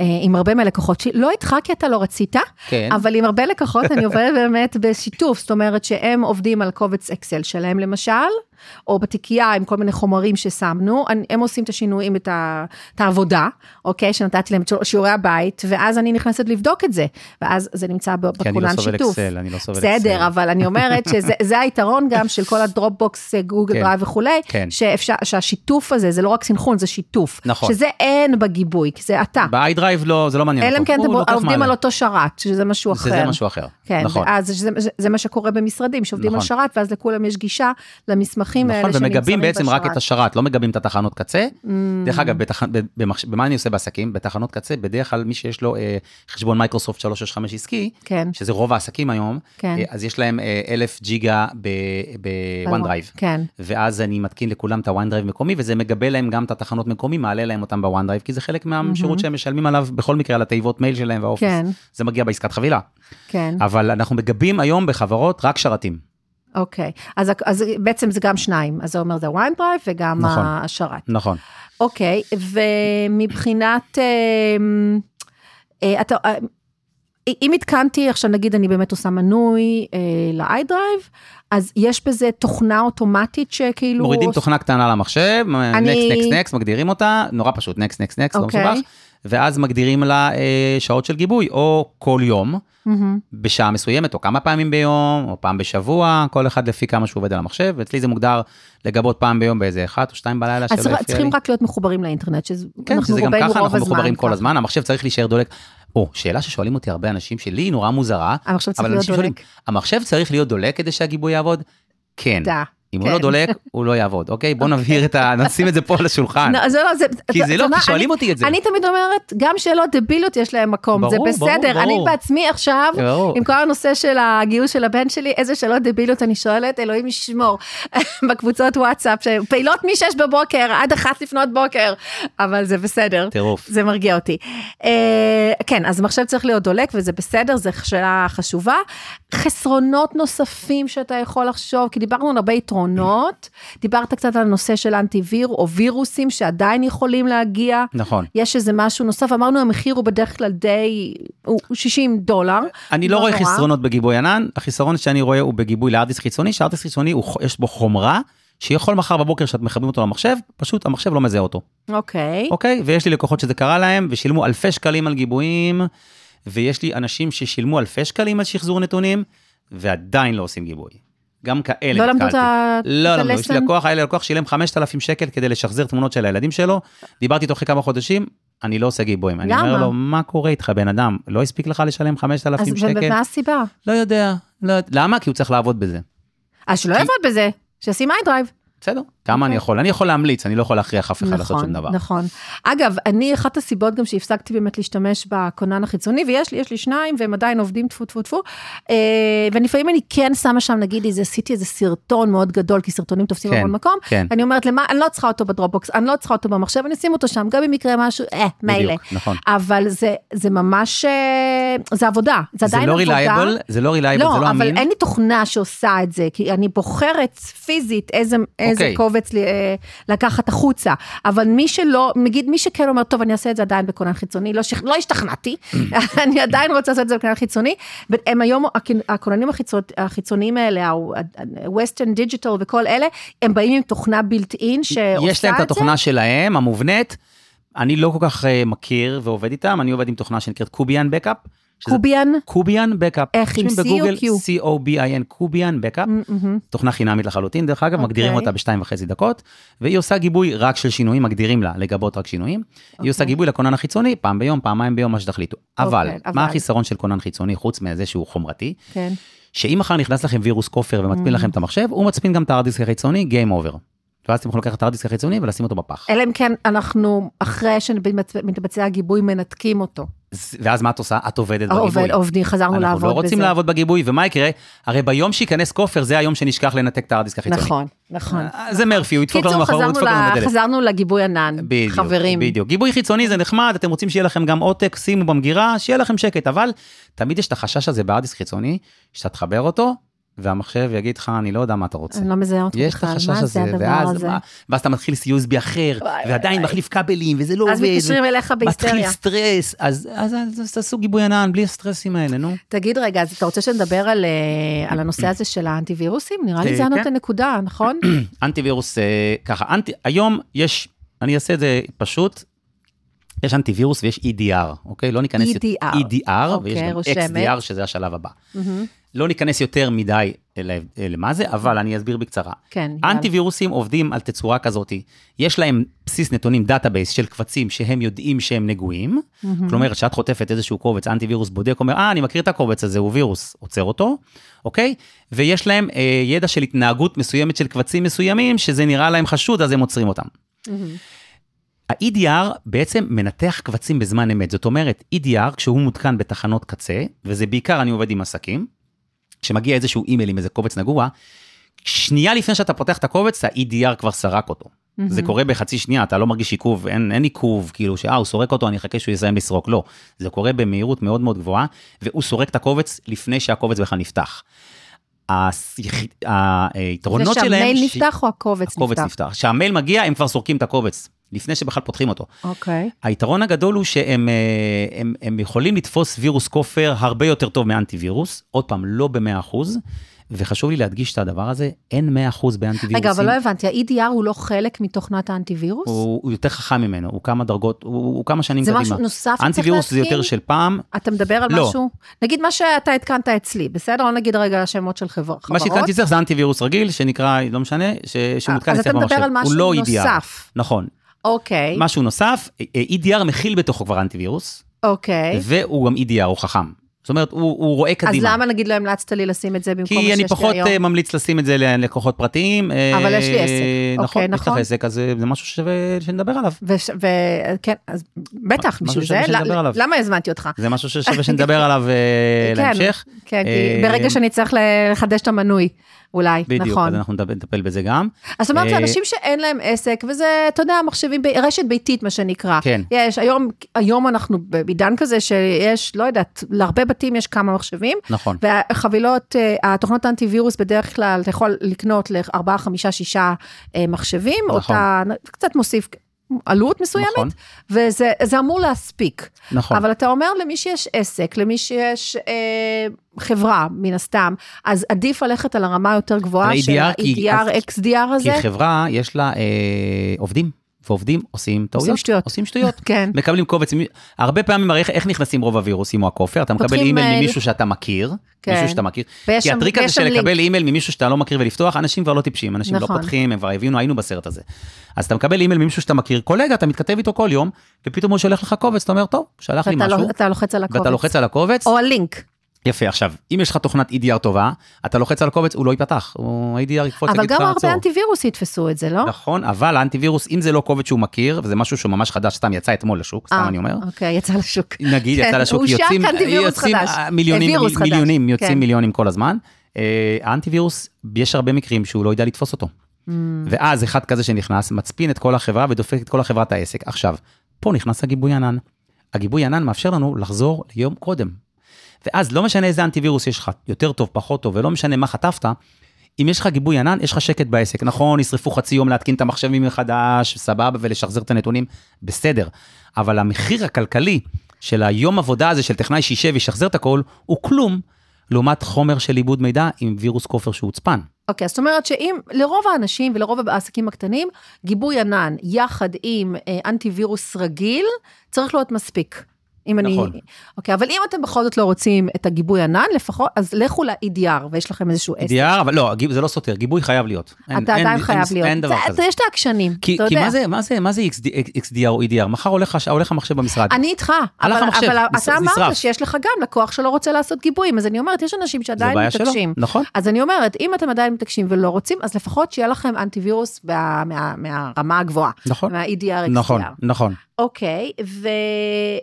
A: אה, עם הרבה מהלקוחות שלי, לא איתך כי אתה לא רצית,
B: כן.
A: אבל עם הרבה לקוחות אני עובדת באמת בשיתוף, זאת אומרת שהם עובדים על קובץ אקסל שלהם למשל, או בתיקייה עם כל מיני חומרים ששמנו, אני- הם עושים את השינויים, את, ה, את העבודה, אוקיי, שנתתי להם את שיעורי הבית, ואז אני נכנסת לבדוק את זה, ואז זה נמצא ב-
B: כי אני לא
A: בכונן
B: סובל
A: שיתוף.
B: אקסל, אני לא סובל אקסל.
A: בסדר, אבל אני אומרת שזה זה היתרון גם של כל הדרופבוקס, אה, גוגל
B: כן.
A: דרייב וכולי,
B: כן.
A: שאפשר, שהשיתוף הזה, זה לא רק סינכרון, זה שיתוף.
B: נכון.
A: שזה אין בגיבוי, כי זה אתה.
B: באיידרייב לא, זה לא מעניין
A: אלא אם
B: אותו.
A: כן
B: הוא
A: אתם
B: לוקח
A: עובדים
B: מעלה.
A: על אותו שרת, שזה משהו אחר.
B: זה- זה משהו אחר.
A: כן,
B: נכון.
A: ואז זה, זה, זה מה שקורה במשרדים, שעובדים
B: נכון.
A: על שרת, ואז לכולם יש גישה למסמכים
B: נכון,
A: האלה שנמצאים בשרת. Mm.
B: ומגבים בעצם רק את השרת, לא מגבים את התחנות קצה. דרך אגב, בתח... ב- במחש... במה אני עושה בעסקים? בתחנות קצה, בדרך כלל מי שיש לו אה, חשבון מייקרוסופט 365 עסקי,
A: כן.
B: שזה רוב העסקים היום,
A: כן.
B: אה, אז יש להם אה, אלף ג'יגה בוואן דרייב.
A: כן.
B: ואז אני מתקין לכולם את הוואן דרייב מקומי, וזה מגבה להם גם את התחנות מקומי, מעלה להם אותם בוואן דרייב, כי זה חלק מהשירות שהם משלמים עליו, בכל מקרה, על התיבות מייל שלהם והאופיס.
A: Mm-hmm. כן.
B: זה מגיע בעסקת חבילה.
A: כן,
B: אבל אנחנו מגבים היום בחברות רק שרתים.
A: אוקיי. אז, אז בעצם זה גם שניים, אז זה אומר זה וויין דרייב וגם
B: נכון.
A: השרת.
B: נכון.
A: אוקיי, ומבחינת, אה, אה, אתה, אה, אם התקנתי, עכשיו נגיד אני באמת עושה מנוי אה, ל-iDrive, אז יש בזה תוכנה אוטומטית שכאילו...
B: מורידים
A: עוש-
B: תוכנה קטנה למחשב,
A: אני-
B: נקס, נקס, נקס, מגדירים אותה, נורא פשוט, נקס, נקס, נקס, לא
A: אוקיי.
B: מסובך, ואז מגדירים לה אה, שעות של גיבוי, או כל יום,
A: מהמם.
B: בשעה מסוימת, או כמה פעמים ביום, או פעם בשבוע, כל אחד לפי כמה שהוא עובד על המחשב, ואצלי זה מוגדר לגבות פעם ביום באיזה אחת או שתיים בלילה,
A: אז
B: שלא יפריע
A: צריכים
B: לי.
A: רק להיות מחוברים לאינטרנט, שזה-
B: E כן,
A: אנחנו
B: שזה גם
A: רובנו
B: ככה,
A: רוב
B: אנחנו מחוברים
A: הזמן
B: כל
A: ככה.
B: הזמן, המחשב צריך להישאר דולק. או, שאלה ששואלים אותי הרבה אנשים, שלי היא נורא מוזרה,
A: המחשב אה, צריך
B: אבל
A: להיות
B: אנשים שואלים,
A: דולק.
B: המחשב צריך להיות דולק כדי שהגיבוי יעבוד? כן.
A: תודה.
B: אם הוא לא
A: כן.
B: דולק, הוא לא יעבוד, אוקיי? בוא נבהיר את ה... נשים את זה פה על השולחן.
A: לא, זה לא, זה...
B: אה. כי זה לא,
A: אתה-
B: כי שואלים
A: אני-
B: אותי את זה.
A: אני תמיד אומרת, גם שאלות דבילות יש להן מקום, זה
B: ברור, ברור,
A: בסדר. אני
B: ברור. אה,
A: בעצמי עכשיו,
B: ברור.
A: עם כל הנושא של הגיוס של הבן שלי, איזה שאלות דבילות אני שואלת, אלוהים ישמור, בקבוצות וואטסאפ, פעילות מ-6 בבוקר עד 1 לפנות בוקר, אבל זה בסדר.
B: טירוף.
A: זה מרגיע אותי. אה, כן, אז מחשב צריך להיות דולק, וזה בסדר, זו שאלה חשובה. חסרונות נוספים שאתה יכול לחשוב, כי דיברנו על הרבה יתרונות, דיברת קצת על הנושא של אנטיוויר או וירוסים שעדיין יכולים להגיע.
B: נכון.
A: יש איזה משהו נוסף, אמרנו המחיר הוא בדרך כלל די, הוא 60 דולר.
B: אני לא רואה
A: נורא.
B: חסרונות בגיבוי ענן, החיסרון שאני רואה הוא בגיבוי לארדיס חיצוני, שהארדיס חיצוני הוא- יש בו חומרה. שיכול מחר בבוקר שאת מחברים אותו למחשב, פשוט המחשב לא מזהה אותו,
A: אוקיי,
B: אוקיי? ויש לי לקוחות שזה קרה להם, ושילמו אלפי שקלים על גיבויים, ויש לי אנשים ששילמו אלפי שקלים על שחזור נתונים, ועדיין לא עושים גיבוי. גם כאלה
A: לא למדו את
B: נתקלתי.
A: ה- את
B: לא למדו, יש לי
A: הלסן?
B: לקוח, היה לי לקוח שילם 5,000 שקל כדי לשחזר תמונות של הילדים שלו, דיברתי איתו אחרי כמה חודשים, אני לא עושה גיבויים. אני
A: למה?
B: אומר לו, מה קורה איתך, בן אדם? לא הספיק לך לשלם
A: אז
B: 5,000 שקל?
A: מה הסיבה?
B: לא יודע. לא... יודע." למה? כי הוא צריך לעבוד בזה.
A: אז שלא יעבוד בזה, שישים איידרייב.
B: בסדר, כמה אני יכול? אני יכול להמליץ, אני לא יכול להכריח אף אחד לעשות
A: אוקיי. נכון,
B: שום דבר.
A: נכון. אגב, אני, אחת הסיבות גם שהפסקתי באמת להשתמש בכונן החיצוני, ויש לי, יש לי שניים, והם עדיין עובדים, טפו, טפו, טפו. אה, ולפעמים אני כן שמה שם, נגיד, איזה, עשיתי איזה סרטון מאוד גדול, כי סרטונים תופסים
B: כן,
A: המון מקום.
B: כן.
A: אני אומרת, למה, אני לא צריכה אותו בדרופבוקס, אני לא צריכה אותו במחשב, אני אשים אותו שם, גם אם יקרה משהו, אה, מילא.
B: בדיוק, נכון.
A: אבל זה, זה ממש, אה, זה עבודה, זה
B: זה
A: עדיין
B: לא
A: עבודה.
B: רילייבל, זה לא רילייבל, זה
A: לא,
B: לא
A: אבל
B: אמין.
A: אין לי תוכנה שעושה את זה, כי אני בוחרת פיזית איזה,
B: אוקיי.
A: איזה קובץ ל, אה, לקחת החוצה. אבל מי שלא, נגיד מי שכן אומר, טוב, אני אעשה את זה עדיין בכונן חיצוני, לא, שכ... לא השתכנעתי, אני עדיין רוצה לעשות את זה בכונן חיצוני. הם היום, הכ- הכוננים החיצון, החיצוניים האלה, ה-Western Digital וכל אלה, הם באים עם תוכנה built in שעושה את זה.
B: יש להם את התוכנה שלהם, המובנית. אני לא כל כך אה, מכיר ועובד איתם, אני עובד עם תוכנה שנקראת קוביאן בקאפ, שזה
A: קוביאן?
B: קוביאן בקאפ.
A: איך, עם C או
B: רושמים בגוגל,
A: Q?
B: C-O-B-I-N, קוביאן בקאפ.
A: מהמם.
B: תוכנה חינמית לחלוטין, דרך אגב, okay.
A: אוקיי.
B: מגדירים אותה בשתיים וחצי דקות, והיא עושה גיבוי רק של שינויים, מגדירים לה לגבות רק שינויים. Okay. היא עושה גיבוי לכונן החיצוני, פעם ביום, פעמיים ביום, מה שתחליטו. Okay, אבל,
A: אוקיי,
B: אבל,
A: אבל.
B: מה החיסרון של כונן חיצוני, חוץ מזה שהוא חומרתי?
A: כן.
B: שאם מחר נכנס לכם וירוס כופר
A: Mm.
B: ומצפין לכם את המחשב, הוא מצפין גם את ההרדיסק החיצוני, Game Over. ואז אתם יכולים לקחת את ההרדיסק החיצוני ולשים אותו בפח.
A: אלא אם כן אנחנו, אחרי שמתבצע הגיבוי, מנתקים אותו.
B: ז- ואז מה את עושה? את עובדת בגיבוי.
A: עובד, עובדים, חזרנו לעבוד בזה.
B: לא אנחנו לא רוצים לעבוד בגיבוי, ומה יקרה? הרי ביום שייכנס כופר, זה היום שנשכח לנתק את ההרדיסק החיצוני.
A: נכון, נכון.
B: אה, זה מרפי, הוא ידפוק
A: קיצור,
B: לנו מאחור, הוא
A: חזרנו
B: ידפוק לנו
A: ל-
B: בדלת.
A: חזרנו לגיבוי ענן.
B: בדיוק,
A: חברים.
B: בדיוק. גיבוי חיצוני זה נחמד, אתם רוצים שיהיה לכם גם עותק, שימו במגירה, שיהיה לכם שקט, אבל תמיד יש את החשש הזה בהרדיסק חיצוני, שאתה תחבר אותו, והמחשב יגיד לך, אני לא יודע מה אתה רוצה.
A: אני לא מזהה אותו
B: יש את
A: בכלל,
B: החשש
A: מה
B: הזה,
A: זה הדבר
B: ואז,
A: הזה?
B: מה- ואז אתה מתחיל USB אחר,
A: וואי,
B: ועדיין מחליף כבלים, וזה לא עובד.
A: אז מתקשרים אליך בהיסטריה.
B: מתחיל סטרס, אז אז- אז- אז תעשו גיבוי ענן, בלי הסטרסים האלה, נו.
A: תגיד רגע, אז אתה רוצה שנדבר על, אה, על הנושא הזה של האנטיווירוסים? נראה לי זה
B: אה,
A: ענות
B: כן.
A: הנקודה, נכון?
B: אנטיווירוס, אה, ככה, אנטי, היום יש, אני אעשה את זה פשוט, יש אנטיווירוס ויש EDR, אוקיי? לא ניכנס... יותר-
A: EDR.
B: EDR, ויש
A: E אוקיי,
B: גם
A: רושמת.
B: XDR, שזה השלב הבא. לא ניכנס יותר מדי ל- למה זה, אבל אני אסביר בקצרה.
A: כן, יאללה.
B: אנטיווירוסים עובדים על תצורה כזאת, יש להם בסיס נתונים, דאטאבייס של קבצים שהם יודעים שהם נגועים, כלומר, כשאת חוטפת איזשהו קובץ, אנטיווירוס בודק, אומר, אה, אני מכיר את הקובץ הזה, הוא וירוס, עוצר אותו, אוקיי? ויש להם אה, ידע של התנהגות מסוימת של קבצים מסוימים, שזה נראה להם חשוד, אז הם עוצרים אותם. ה-EDR בעצם מנתח קבצים בזמן אמת, זאת אומרת, EDR כשהוא מותקן בתחנות קצה, וזה בעיקר אני עובד עם עסקים, כשמגיע איזשהו אימייל עם איזה קובץ נגוע, שנייה לפני שאתה פותח את הקובץ, ה-EDR כבר סרק אותו. זה
A: Mm-hmm.
B: קורה בחצי שנייה, אתה לא מרגיש עיכוב, אין, אין עיכוב, כאילו שאה, הוא סורק אותו, אני אחכה שהוא יסיים לסרוק, לא. זה קורה במהירות מאוד מאוד גבוהה, והוא סורק את הקובץ לפני שהקובץ בכלל נפתח. השיח- היתרונות שלהם...
A: ושהמייל
B: ש-
A: נפתח או הקובץ
B: הקובץ
A: נפתח?
B: נפתח. כשהמייל מגיע, הם כבר סורקים את הקובץ, לפני שבכלל פותחים אותו.
A: אוקיי.
B: היתרון הגדול הוא שהם אה, הם, הם יכולים לתפוס וירוס כופר הרבה יותר טוב מאנטיווירוס, עוד פעם, לא ב-100%, וחשוב לי להדגיש את הדבר הזה, אין 100% באנטיווירוסים.
A: רגע, אבל לא הבנתי, ה-EDR הוא לא חלק מתוכנת האנטיווירוס?
B: הוא, הוא יותר חכם ממנו, הוא כמה דרגות, הוא, הוא כמה שנים
A: זה
B: קדימה.
A: משהו נוסף שצריך
B: אנטיווירוס זה
A: להתקין?
B: יותר של פעם,
A: אתה מדבר על
B: לא.
A: משהו? נגיד מה שאתה התקנת אצלי, בסדר? לא נגיד רגע שמות של חבר- חברות.
B: מה שהתקנתי אצלך זה אנטיווירוס רגיל, שנקרא, לא משנה, ש, שמותקן
A: אז
B: אצלך
A: אתה מדבר
B: במחשב.
A: על משהו
B: הוא לא
A: נוסף.
B: EDR. נכון,
A: אוקיי,
B: משהו נוסף, אה, אה, EDR מכיל בתוכו כבר אנטיווירוס,
A: אוקיי.
B: והוא גם EDR, הוא חכם. זאת אומרת, הוא, הוא רואה
A: אז
B: קדימה.
A: למה נגיד לא המלצת לי לשים את זה במקום מה שיש
B: כי
A: לי
B: אני
A: היום?
B: פחות אה, ממליץ לשים את זה ללקוחות פרטיים. אה,
A: אבל יש לי עסק.
B: נכון,
A: אוקיי,
B: יש לך
A: נכון.
B: עסק, אז אה, זה משהו ששווה שנדבר עליו.
A: וש- ו- כן, אז בטח,
B: משהו
A: בשביל זה,
B: שווה שנדבר
A: ל-
B: עליו.
A: למה הזמנתי אותך?
B: זה משהו ששווה שנדבר עליו אה,
A: כן,
B: להמשך.
A: כן,
B: אה,
A: כי ברגע שאני צריך לחדש את המנוי, אולי,
B: בדיוק,
A: נכון.
B: אז אנחנו נדבר- נטפל בזה גם.
A: אז זאת אומרת,
B: אה,
A: לאנשים שאין להם עסק, וזה, אתה יודע, מחשבים, ב- רשת ביתית, מה שנקרא.
B: כן.
A: יש, היום, היום אנחנו בעידן כזה שיש, לא יודעת, להרבה בתים יש כמה מחשבים.
B: נכון.
A: והחבילות, אה, התוכנות האנטיווירוס בדרך כלל, אתה יכול לקנות לארבעה, חמישה, שישה אה, מחשבים,
B: נכון.
A: אותה, קצת מוסיף עלות מסוימת,
B: נכון.
A: וזה זה אמור להספיק.
B: נכון.
A: אבל אתה אומר למי שיש עסק, למי שיש אה, חברה, מן הסתם, אז עדיף ללכת על הרמה יותר גבוהה
B: על
A: של
B: ה-EDR, כי-
A: ה-EDR,
B: אז-
A: XDR הזה.
B: כי חברה, יש לה אה, עובדים, ועובדים עושים טעויות.
A: שטויות.
B: עושים שטויות.
A: כן.
B: מקבלים קובץ, מי- הרבה פעמים הרי איך- איך נכנסים רוב הווירוסים או הכופר? אתה מקבל
A: פותחים
B: אימייל
A: מייל.
B: ממישהו שאתה מכיר,
A: כן.
B: מישהו שאתה מכיר.
A: ויש
B: כי
A: שם-
B: הטריק
A: ויש
B: הזה
A: שם
B: של
A: לינק.
B: לקבל אימייל ממישהו שאתה לא מכיר ולפתוח, אנשים כבר לא טיפשים, אנשים לא
A: נכון.
B: פותחים, הם כבר הבינו, היינו בסרט הזה. אז אתה מקבל אימייל ממישהו שאתה מכיר, קולגה, אתה מתכתב איתו כל יום, ופתאום הוא שולח לך קובץ, אתה אומר, טוב, שלח לי
A: ואתה
B: משהו,
A: לא- אתה לוחץ על הקובץ.
B: ואתה לוחץ על הקובץ,
A: או הלינק.
B: יפה, עכשיו, אם יש לך תוכנת EDR טובה, אתה לוחץ על הקובץ, הוא לא ייפתח, הוא ה-EDR יקפוץ,
A: אבל
B: יגיד לך
A: גם הרבה
B: עצור.
A: אנטיווירוס יתפסו את זה, לא?
B: נכון, אבל האנטיווירוס, אם זה לא קובץ שהוא מכיר, וזה משהו שהוא ממש חדש, סתם יצא אתמול לשוק, סתם
A: אה,
B: אני אומר,
A: אוקיי, יצא לשוק.
B: נגיד
A: כן,
B: יצא לשוק,
A: הוא שק
B: יוצאים,
A: אנטיווירוס
B: יוצאים
A: חדש.
B: אה, מיליונים,
A: וירוס חדש.
B: מיליונים,
A: כן.
B: יוצאים מיליונים כל הזמן. אה, האנטיווירוס, יש הרבה מקרים שהוא לא יודע לתפוס אותו.
A: Mm.
B: ואז אחד כזה שנכנס, מצפין את כל החברה ודופק את כל החברת העסק. עכשיו, פה נכנס הגיבוי ענן. הגיבוי ענן מאפשר לנו לחזור ליום קודם. ואז לא משנה איזה אנטיווירוס יש לך, יותר טוב, פחות טוב, ולא משנה מה חטפת, אם יש לך גיבוי ענן, יש לך שקט בעסק. נכון, ישרפו חצי יום להתקין את המחשבים מחדש, סבבה, ולשחזר את הנתונים, בסדר. אבל המחיר הכלכלי של היום עבודה הזה של טכנאי שישב וישחזר את הכל, הוא כלום, לעומת חומר של עיבוד מידע עם וירוס כופר שהוצפן.
A: אוקיי, זאת אומרת שאם לרוב האנשים ולרוב העסקים הקטנים, גיבוי ענן יחד עם אה, אנטיווירוס רגיל, צריך להיות מספיק. אם אני...
B: נכון.
A: אוקיי, אבל אם אתם בכל זאת לא רוצים את הגיבוי ענן, לפחות, אז לכו ל-EDR, ויש לכם איזשהו עסק.
B: אידיאר, אבל לא, הגיב- זה לא סותר, גיבוי חייב להיות. אין-
A: אתה
B: אין-
A: עדיין
B: אין-
A: חייב להיות.
B: אין דבר
A: זה-
B: כזה.
A: זה- יש את העקשנים,
B: כי,
A: אתה
B: כי
A: יודע.
B: מה זה, מה זה, מה זה XD, XDR או EDR? מחר הולך, הש- הולך המחשב במשרד.
A: אני איתך, אבל,
B: הלך המחשב,
A: אבל
B: נש-
A: אתה אמרת
B: נשרף.
A: שיש לך גם לקוח שלא רוצה לעשות גיבויים, אז אני אומרת, יש אנשים
B: זה
A: שעדיין
B: בעיה שלו,
A: מתעקשים.
B: נכון.
A: אז אני אומרת, אם אתם עדיין מתעקשים ולא רוצים, אז לפחות שיהיה לכם אנטיווירוס מה, מה, מהרמה הגבוהה.
B: נכון.
A: מה-EDR, XDR.
B: נכון, נכון.
A: אוקיי, ו,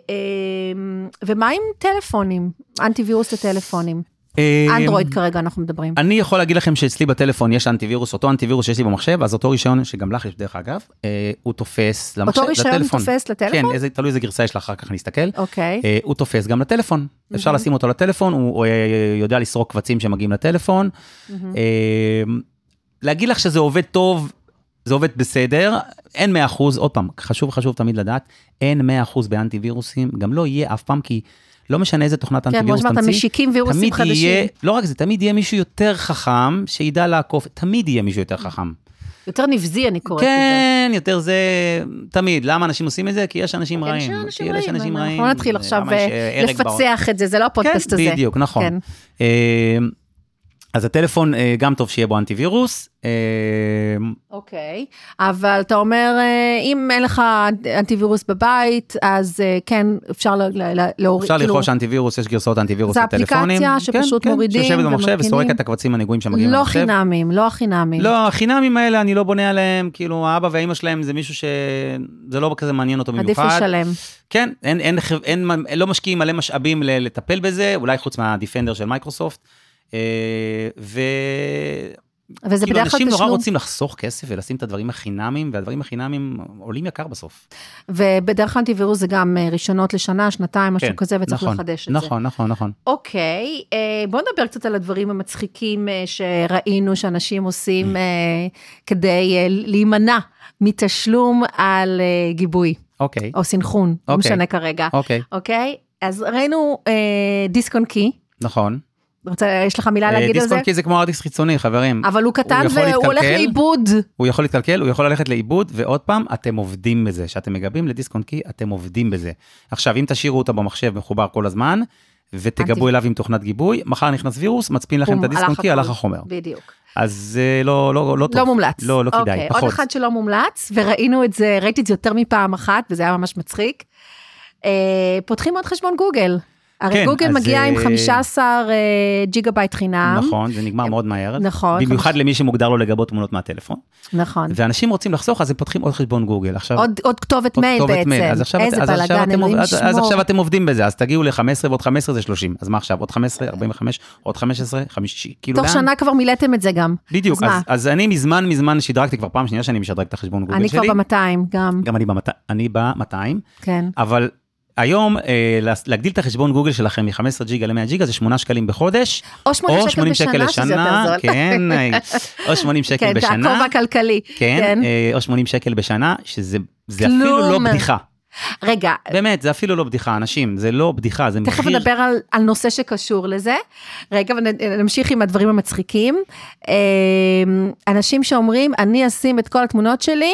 A: אמ, ומה עם טלפונים? אנטיווירוס לטלפונים.
B: אמ,
A: אנדרואיד כרגע אנחנו מדברים.
B: אני יכול להגיד לכם שאצלי בטלפון יש אנטיווירוס, אותו אנטיווירוס שיש לי במחשב, אז אותו רישיון, שגם לך יש דרך אגב, אה, הוא תופס למחשב,
A: אותו רישיון
B: לטלפון.
A: תופס
B: כן,
A: לטלפון?
B: איזה, תלוי איזה גרסה יש לך, אחר כך נסתכל.
A: אוקיי.
B: אה, הוא תופס גם לטלפון. אפשר לשים אותו לטלפון, הוא הוא, אה, יודע לסרוק קבצים שמגיעים לטלפון. אה, להגיד לך שזה עובד טוב, זה עובד בסדר, אין 100 אחוז, עוד פעם, חשוב חשוב תמיד לדעת, אין 100 אחוז באנטיווירוסים, גם לא יהיה אף פעם, כי לא משנה איזה תוכנת
A: כן, כמו
B: אנטיווירוס
A: שאמרת,
B: תמציא,
A: משיקים וירוסים
B: תמיד יהיה,
A: חדשים.
B: לא רק זה, תמיד יהיה מישהו יותר חכם שידע לעקוף, תמיד יהיה מישהו יותר חכם.
A: יותר נבזי אני קוראת לזה.
B: כן, יותר זה, תמיד. למה אנשים עושים את זה? כי יש אנשים
A: כן, יש
B: רעים.
A: אנשים
B: כי יש
A: רעים,
B: אנשים רעים.
A: אנחנו לא נתחיל עכשיו
B: למה יש,
A: אה,
B: אה, הרג בעולם?
A: לפצח את זה, זה לא הפודקאסט הזה.
B: כן, בדיוק, נכון.
A: כן.
B: אה, אז הטלפון, אה, גם טוב שיהיה בו אנטיווירוס. אה,
A: אוקיי, אבל אתה אומר, אה, אם אין לך אנטיווירוס בבית, אז אה, כן, אפשר ל- ל- ל- להוריד, כאילו,
B: אפשר לרכוש אנטיווירוס, יש גרסאות אנטיווירוס
A: זה
B: לטלפונים.
A: אפליקציה שפשוט
B: כן,
A: מורידים
B: כן, שיושבת במחשב
A: ומתקינים.
B: וסורקת את הקבצים הנגועים שמגיעים
A: לא
B: למחשב.
A: חינמים, לא החינמים.
B: לא, החינמים האלה, אני לא בונה עליהם, כאילו, האבא והאימא שלהם זה מישהו שזה לא כזה מעניין אותו
A: עדיף
B: במיוחד.
A: לשלם.
B: כן, אין, אין, אין, אין, מ- לא משקיעים מלא משאבים ל- לטפל בזה, אולי חוץ מהדיפנדר של מייקרוסופט. אה, ו...
A: וזה
B: כאילו,
A: בדרך כלל
B: אנשים נורא
A: תשלום,
B: רוצים לחסוך כסף ולשים את הדברים החינמים, והדברים החינמים עולים יקר בסוף.
A: ובדרך כלל אנטיווירוס זה גם אה, ראשונות לשנה, שנתיים, משהו
B: כן,
A: כזה, וצריך
B: נכון,
A: לחדש את זה.
B: נכון, נכון, נכון.
A: אוקיי, אה, בוא נדבר קצת על הדברים המצחיקים אה, שראינו שאנשים
B: Mm.
A: עושים אה, כדי אה, להימנע מתשלום על אה, גיבוי
B: אוקיי,
A: או סנכרון, לא
B: אוקיי.
A: משנה כרגע.
B: אוקיי,
A: אוקיי? אז ראינו אה, דיסק און קי,
B: נכון.
A: רוצה, יש לך מילה
B: אה,
A: להגיד על זה?
B: דיסק-און-קי זה כמו ארטיסט חיצוני, חברים.
A: אבל הוא קטן
B: יכול
A: והוא הולך
B: להתקלקל.
A: לאיבוד.
B: הוא יכול להתקלקל, הוא יכול ללכת לאיבוד, ועוד פעם, אתם עובדים בזה. כשאתם מגבים לדיסק-און-קי, אתם עובדים בזה. עכשיו, אם תשאירו אותה במחשב מחובר כל הזמן,
A: אנטי-
B: ותגבו אליו עם תוכנת גיבוי, מחר נכנס וירוס, מצפין לכם
A: בום,
B: את הדיסק-און-קי,
A: הלך
B: הלך
A: הכל.
B: החומר.
A: בדיוק.
B: אז זה לא, לא, לא טוב.
A: לא מומלץ.
B: לא, לא כדאי,
A: אוקיי, עוד
B: פחות.
A: אחד שלא מומלץ, וראינו את זה, ראיתי את זה יותר מפעם אחת, וזה היה ממש מצחיק. אה, פותחים עוד חשבון גוגל. הרי
B: כן,
A: גוגל
B: אז,
A: מגיע עם
B: אה,
A: 15 אה, ג'יגה בייט חינם.
B: נכון, זה נגמר מאוד מהר.
A: נכון,
B: במיוחד למי שמוגדר לו לגבות תמונות מהטלפון.
A: נכון.
B: ואנשים רוצים לחסוך, אז הם פותחים עוד חשבון גוגל. עכשיו,
A: עוד- עוד כתובת
B: עוד
A: מייל
B: כתובת
A: בעצם.
B: מייל. אז עכשיו,
A: איזה
B: אז עכשיו
A: בלאגן,
B: אתם,
A: אלוהים
B: אז, אז
A: ישמור.
B: עכשיו אתם עובדים בזה, אז תגיעו ל-15 ועוד 15 זה 30. אז מה עכשיו, עוד 15, 45, עוד 15, 50, כאילו
A: תוך שנה כבר מילאתם את זה גם.
B: בדיוק,
A: אז
B: אז,
A: מה?
B: אז, אני מזמן מזמן שדרגתי, כבר פעם שנייה שאני משדרג את החשבון גוגל
A: אני
B: שלי.
A: כבר ב-200 גם,
B: גם אני ב-200, אני ב-200,
A: כן.
B: אבל היום אה, לה- להגדיל את החשבון גוגל שלכם מ-15 ג'יגה ל-100 ג'יגה זה 8 שקלים בחודש,
A: או 80
B: או
A: שקל
B: 80 שקל
A: בשנה, שזה יותר
B: לשנה,
A: זול.
B: כן, אה, או 80 שקל
A: כן, את
B: בשנה,
A: הכובע הכלכלי.
B: כן,
A: כן.
B: אה, או 80 שקל בשנה, שזה זה אפילו לא
A: כלום.
B: בדיחה.
A: רגע,
B: באמת, זה אפילו לא בדיחה, אנשים, זה לא בדיחה, זה מחיר.
A: תכף נדבר על, על נושא שקשור לזה. רגע, ונ- נמשיך עם הדברים המצחיקים. אה, אנשים שאומרים, אני אשים את כל התמונות שלי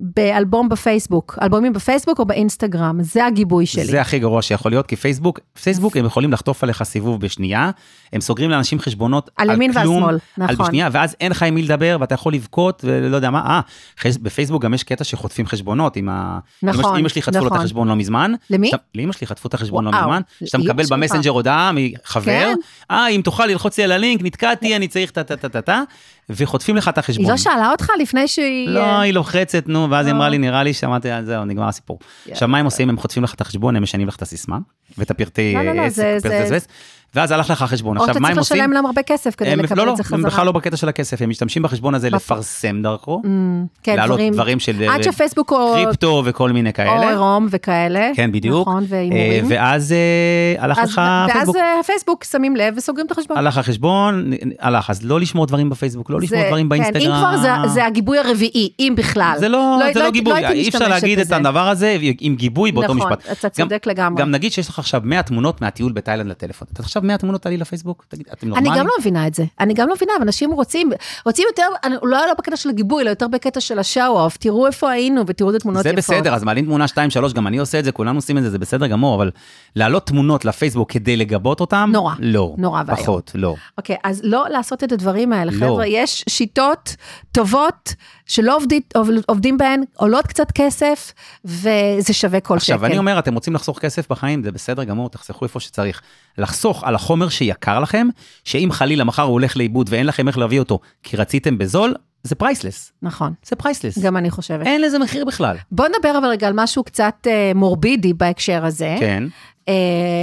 A: באלבום בפייסבוק. אלבומים בפייסבוק או באינסטגרם, זה הגיבוי שלי.
B: זה הכי גרוע שיכול להיות, כי פייסבוק, פייסבוק הם יכולים לחטוף עליך סיבוב בשנייה, הם סוגרים לאנשים חשבונות
A: על
B: על,
A: ימין ועל
B: כלום,
A: שמאל,
B: על
A: נכון.
B: בשנייה, ואז אין לך עם מי לדבר, ואתה יכול לבכות, ולא יודע מה, אה, חש- בפייסבוק גם יש קטע שחוטפים חשבונות, עם ה...
A: נכון,
B: אמא שלי חטפו
A: נכון.
B: לו את החשבון לא מזמן.
A: למי?
B: שאתה- לאמא שלי חטפו את החשבון לא
A: וואו,
B: מזמן, שאתה
A: לאמא
B: מקבל
A: שלך.
B: במסנג'ר הודעה מחבר,
A: כן.
B: אה, אם תוכל ללחוץ לי על הלינק, נתקעתי, אני צריך טה-טה-טה-טה, וחוטפים לך את החשבון.
A: היא לא שאלה אותך לפני שהיא...
B: לא, היא לוחצת, נו, ואז היא
A: לא.
B: אמרה לי, נראה לי, שמעתי, אז זהו, נגמר הסיפור. עכשיו, מה הם עושים? הם חוטפים לך את החשבון, הם משנים לך את הסיסמה, ואת הפרטי
A: לא, לא, לא,
B: אה,
A: זה-
B: עסק,
A: זה-
B: פרטי זבז, ואז הלך לך החשבון.
A: או שאתה
B: עכשיו, מה
A: צריך
B: הם עושים?
A: לשלם להם הרבה כסף כדי
B: הם-
A: לקבל
B: לא, לא,
A: את זה חזרה.
B: הם בכלל לא בקטע של הכסף, הם משתמשים בחשבון הזה
A: בפ-
B: לפרסם דרכו,
A: אמ, כן,
B: להעלות דברים של
A: עד
B: אה,
A: שפייסבוק או
B: קריפטו וכל מיני
A: או
B: כאלה.
A: עירום וכאלה.
B: כן, בדיוק.
A: נכון,
B: אה,
A: והימורים.
B: ואז אה, הלך
A: אז-
B: לך
A: ואז
B: הפייסבוק.
A: אה, הפייסבוק שמים לב וסוגרים את החשבון.
B: הלך החשבון, נ- הלך, אז לא לשמור דברים בפייסבוק, לא לשמור
A: זה-
B: דברים באינסטגרם.
A: כן, אם כבר זה, זה הגיבוי הרביעי, אם בכלל.
B: זה לא, זה לא,
A: הייתי-
B: גיבוי,
A: הייתי
B: אי אפשר
A: משתמשת
B: להגיד
A: בזה.
B: את הדבר הזה עם גיבוי באותו
A: נכון,
B: משפט.
A: אתה צודק
B: גם,
A: לגמרי.
B: גם נגיד שיש לך עכשיו 100 תמונות מהטיול בתאילנד לטלפון. אתה עכשיו 100 תמונות תעלי לפייסבוק? תגיד, אתם
A: אני
B: נורמלים?
A: גם לא מבינה את זה. אני גם לא מבינה, אבל אנשים רוצים, רוצים יותר, אני- לא לא בקטע של הגיבוי, אלא יותר בקטע של השאו-אוף. תראו איפה היינו ותראו איזה תמונות
B: זה
A: יפות.
B: בסדר, אז מעלים תמונה 2-3, גם אני עושה את זה, כולם עושים את זה, זה בסדר גמור, אבל להעלות תמונות לפייסבוק כדי לגבות אותם?
A: נורא.
B: לא.
A: נורא ואיום.
B: פחות, לא.
A: אוקיי, אז לא לעשות את הדברים האלה,
B: לא.
A: חבר'ה. יש שיטות טובות שלא עובדים, עובדים בהן, עולות קצת כסף, וזה שווה כל שקל.
B: עכשיו, אני אומר, אתם רוצים לחסוך כסף בחיים, זה בסדר גמור, תחסכו איפה שצריך. לחסוך על החומר שיקר לכם, שאם חלילה מחר הוא הולך לאיבוד ואין לכם איך להביא אותו, כי רציתם בזול, זה פרייסלס.
A: נכון,
B: זה פרייסלס.
A: גם אני חושבת.
B: אין לזה מחיר בכלל.
A: בוא נדבר אבל רגע על משהו קצת אה, מורבידי בהקשר הזה.
B: כן,
A: אה,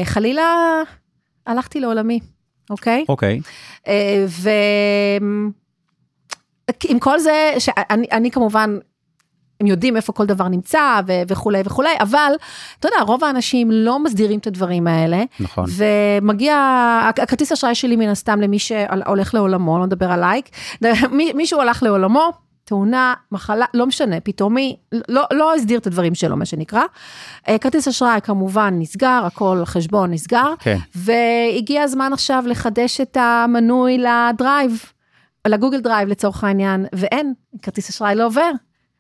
A: חלילה, הלכתי לעולמי, אוקיי?
B: אוקיי.
A: אה, ו... אה, עם כל זה, שאני אני כמובן, הם יודעים איפה כל דבר נמצא ו- וכולי וכולי, אבל אתה יודע, רוב האנשים לא מסדירים את הדברים האלה.
B: נכון.
A: ומגיע, הכ- הכרטיס אשראי שלי מן הסתם למי שהולך לעולמו, לא נדבר עליי, מי- מישהו הלך לעולמו, תאונה, מחלה, לא משנה, פתאומי, לא, לא הסדיר את הדברים שלו, מה שנקרא. אה, כרטיס אשראי כמובן נסגר, הכל חשבון נסגר,
B: כן.
A: והגיע הזמן עכשיו לחדש את המנוי לדרייב, לגוגל דרייב לצורך העניין, ואין, כרטיס אשראי לא עובר.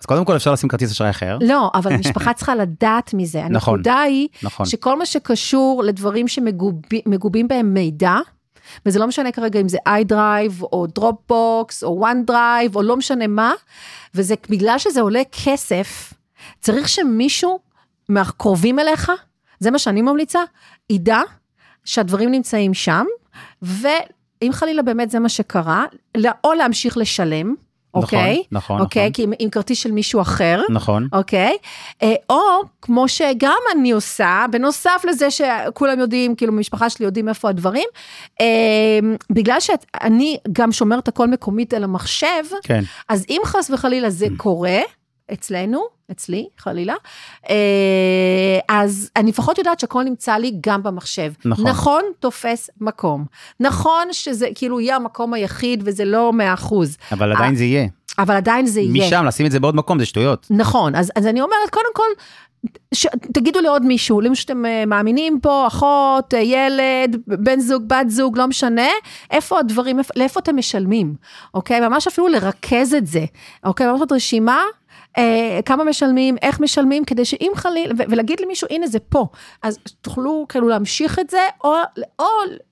B: אז קודם כל אפשר לשים כרטיס אשראי אחר,
A: לא, אבל המשפחה צריכה לדעת מזה.
B: נכון.
A: הנקודה היא,
B: נכון.
A: שכל מה שקשור לדברים שמגובים בהם מידע, וזה לא משנה כרגע אם זה iDrive או Dropbox או OneDrive או לא משנה מה, וזה בגלל שזה עולה כסף, צריך שמישהו מהקרובים אליך, זה מה שאני ממליצה, ידע שהדברים נמצאים שם, ואם חלילה באמת זה מה שקרה, לא- או להמשיך לשלם,
B: נכון,
A: אוקיי?
B: נכון,
A: אוקיי,
B: נכון.
A: כי עם, עם כרטיס של מישהו אחר,
B: נכון.
A: אוקיי? אה, או, כמו שגם אני עושה, בנוסף לזה שכולם יודעים, כאילו, במשפחה שלי יודעים איפה הדברים, אה, בגלל שאני גם שומרת הכל מקומית על המחשב,
B: כן.
A: אז אם חס וחלילה זה קורה, אצלנו, אצלי, חלילה, אה, אז אני לפחות יודעת שהכל נמצא לי גם במחשב.
B: נכון.
A: נכון, תופס מקום. נכון שזה כאילו יהיה המקום היחיד וזה לא מאה אחוז,
B: אבל עדיין זה יהיה.
A: אבל עדיין אה, זה יהיה.
B: משם לשים את זה בעוד מקום זה שטויות.
A: נכון, אז, אז אני אומרת, קודם כל, ש, תגידו לעוד מישהו, למי שאתם אה, מאמינים פה, אחות, אה, ילד, בן זוג, בת זוג, לא משנה, איפה הדברים, איפה, לאיפה אתם משלמים, אוקיי? ממש אפילו לרכז את זה, אוקיי? ממש עוד רשימה. אה, כמה משלמים, איך משלמים, כדי שאם חליל, ו- ולהגיד למישהו, הנה זה פה, אז תוכלו כאילו להמשיך את זה, או, או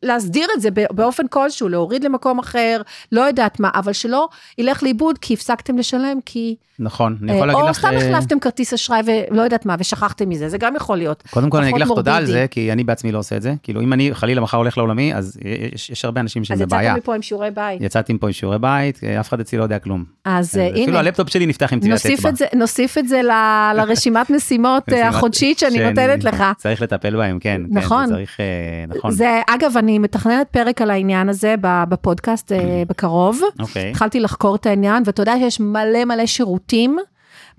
A: להסדיר את זה ב- באופן כלשהו, להוריד למקום אחר, לא יודעת מה, אבל שלא ילך לאיבוד כי הפסקתם לשלם, כי
B: נכון, אני יכול להגיד
A: או
B: לך...
A: סתם
B: אה,
A: החלפתם כרטיס אשראי ולא יודעת מה, ושכחתם מזה, זה גם יכול להיות.
B: קודם כל אני
A: פחות
B: אגיד לך תודה על
A: מורבידי.
B: זה, כי אני בעצמי לא עושה את זה. כאילו, אם אני חלילה מחר הולך לעולמי, אז יש, יש הרבה אנשים שהם
A: אז
B: בבעיה.
A: יצאתם מפה עם שיעורי בית.
B: יצאתי מפה עם שיעורי בית, אה, אף אחד אצלי לא יודע כלום.
A: אז אה,
B: אפילו
A: הנה,
B: הלפטופ שלי נפתח עם טביעת אצבע.
A: נוסיף את זה- נוסיף את זה ל- לרשימת משימות אה,
B: משימת-
A: החודשית שאני
B: שאני
A: נותנת לך.
B: צריך לטפל בהם, כן. כן,
A: נכון.
B: זה צריך, אה, נכון.
A: זה, אגב, אני מתכננת פרק על העניין הזה ב- בפודקאסט אה, בקרוב.
B: אוקיי.
A: התחלתי לחקור את העניין, ואתה יודע שיש מלא מלא שירותים.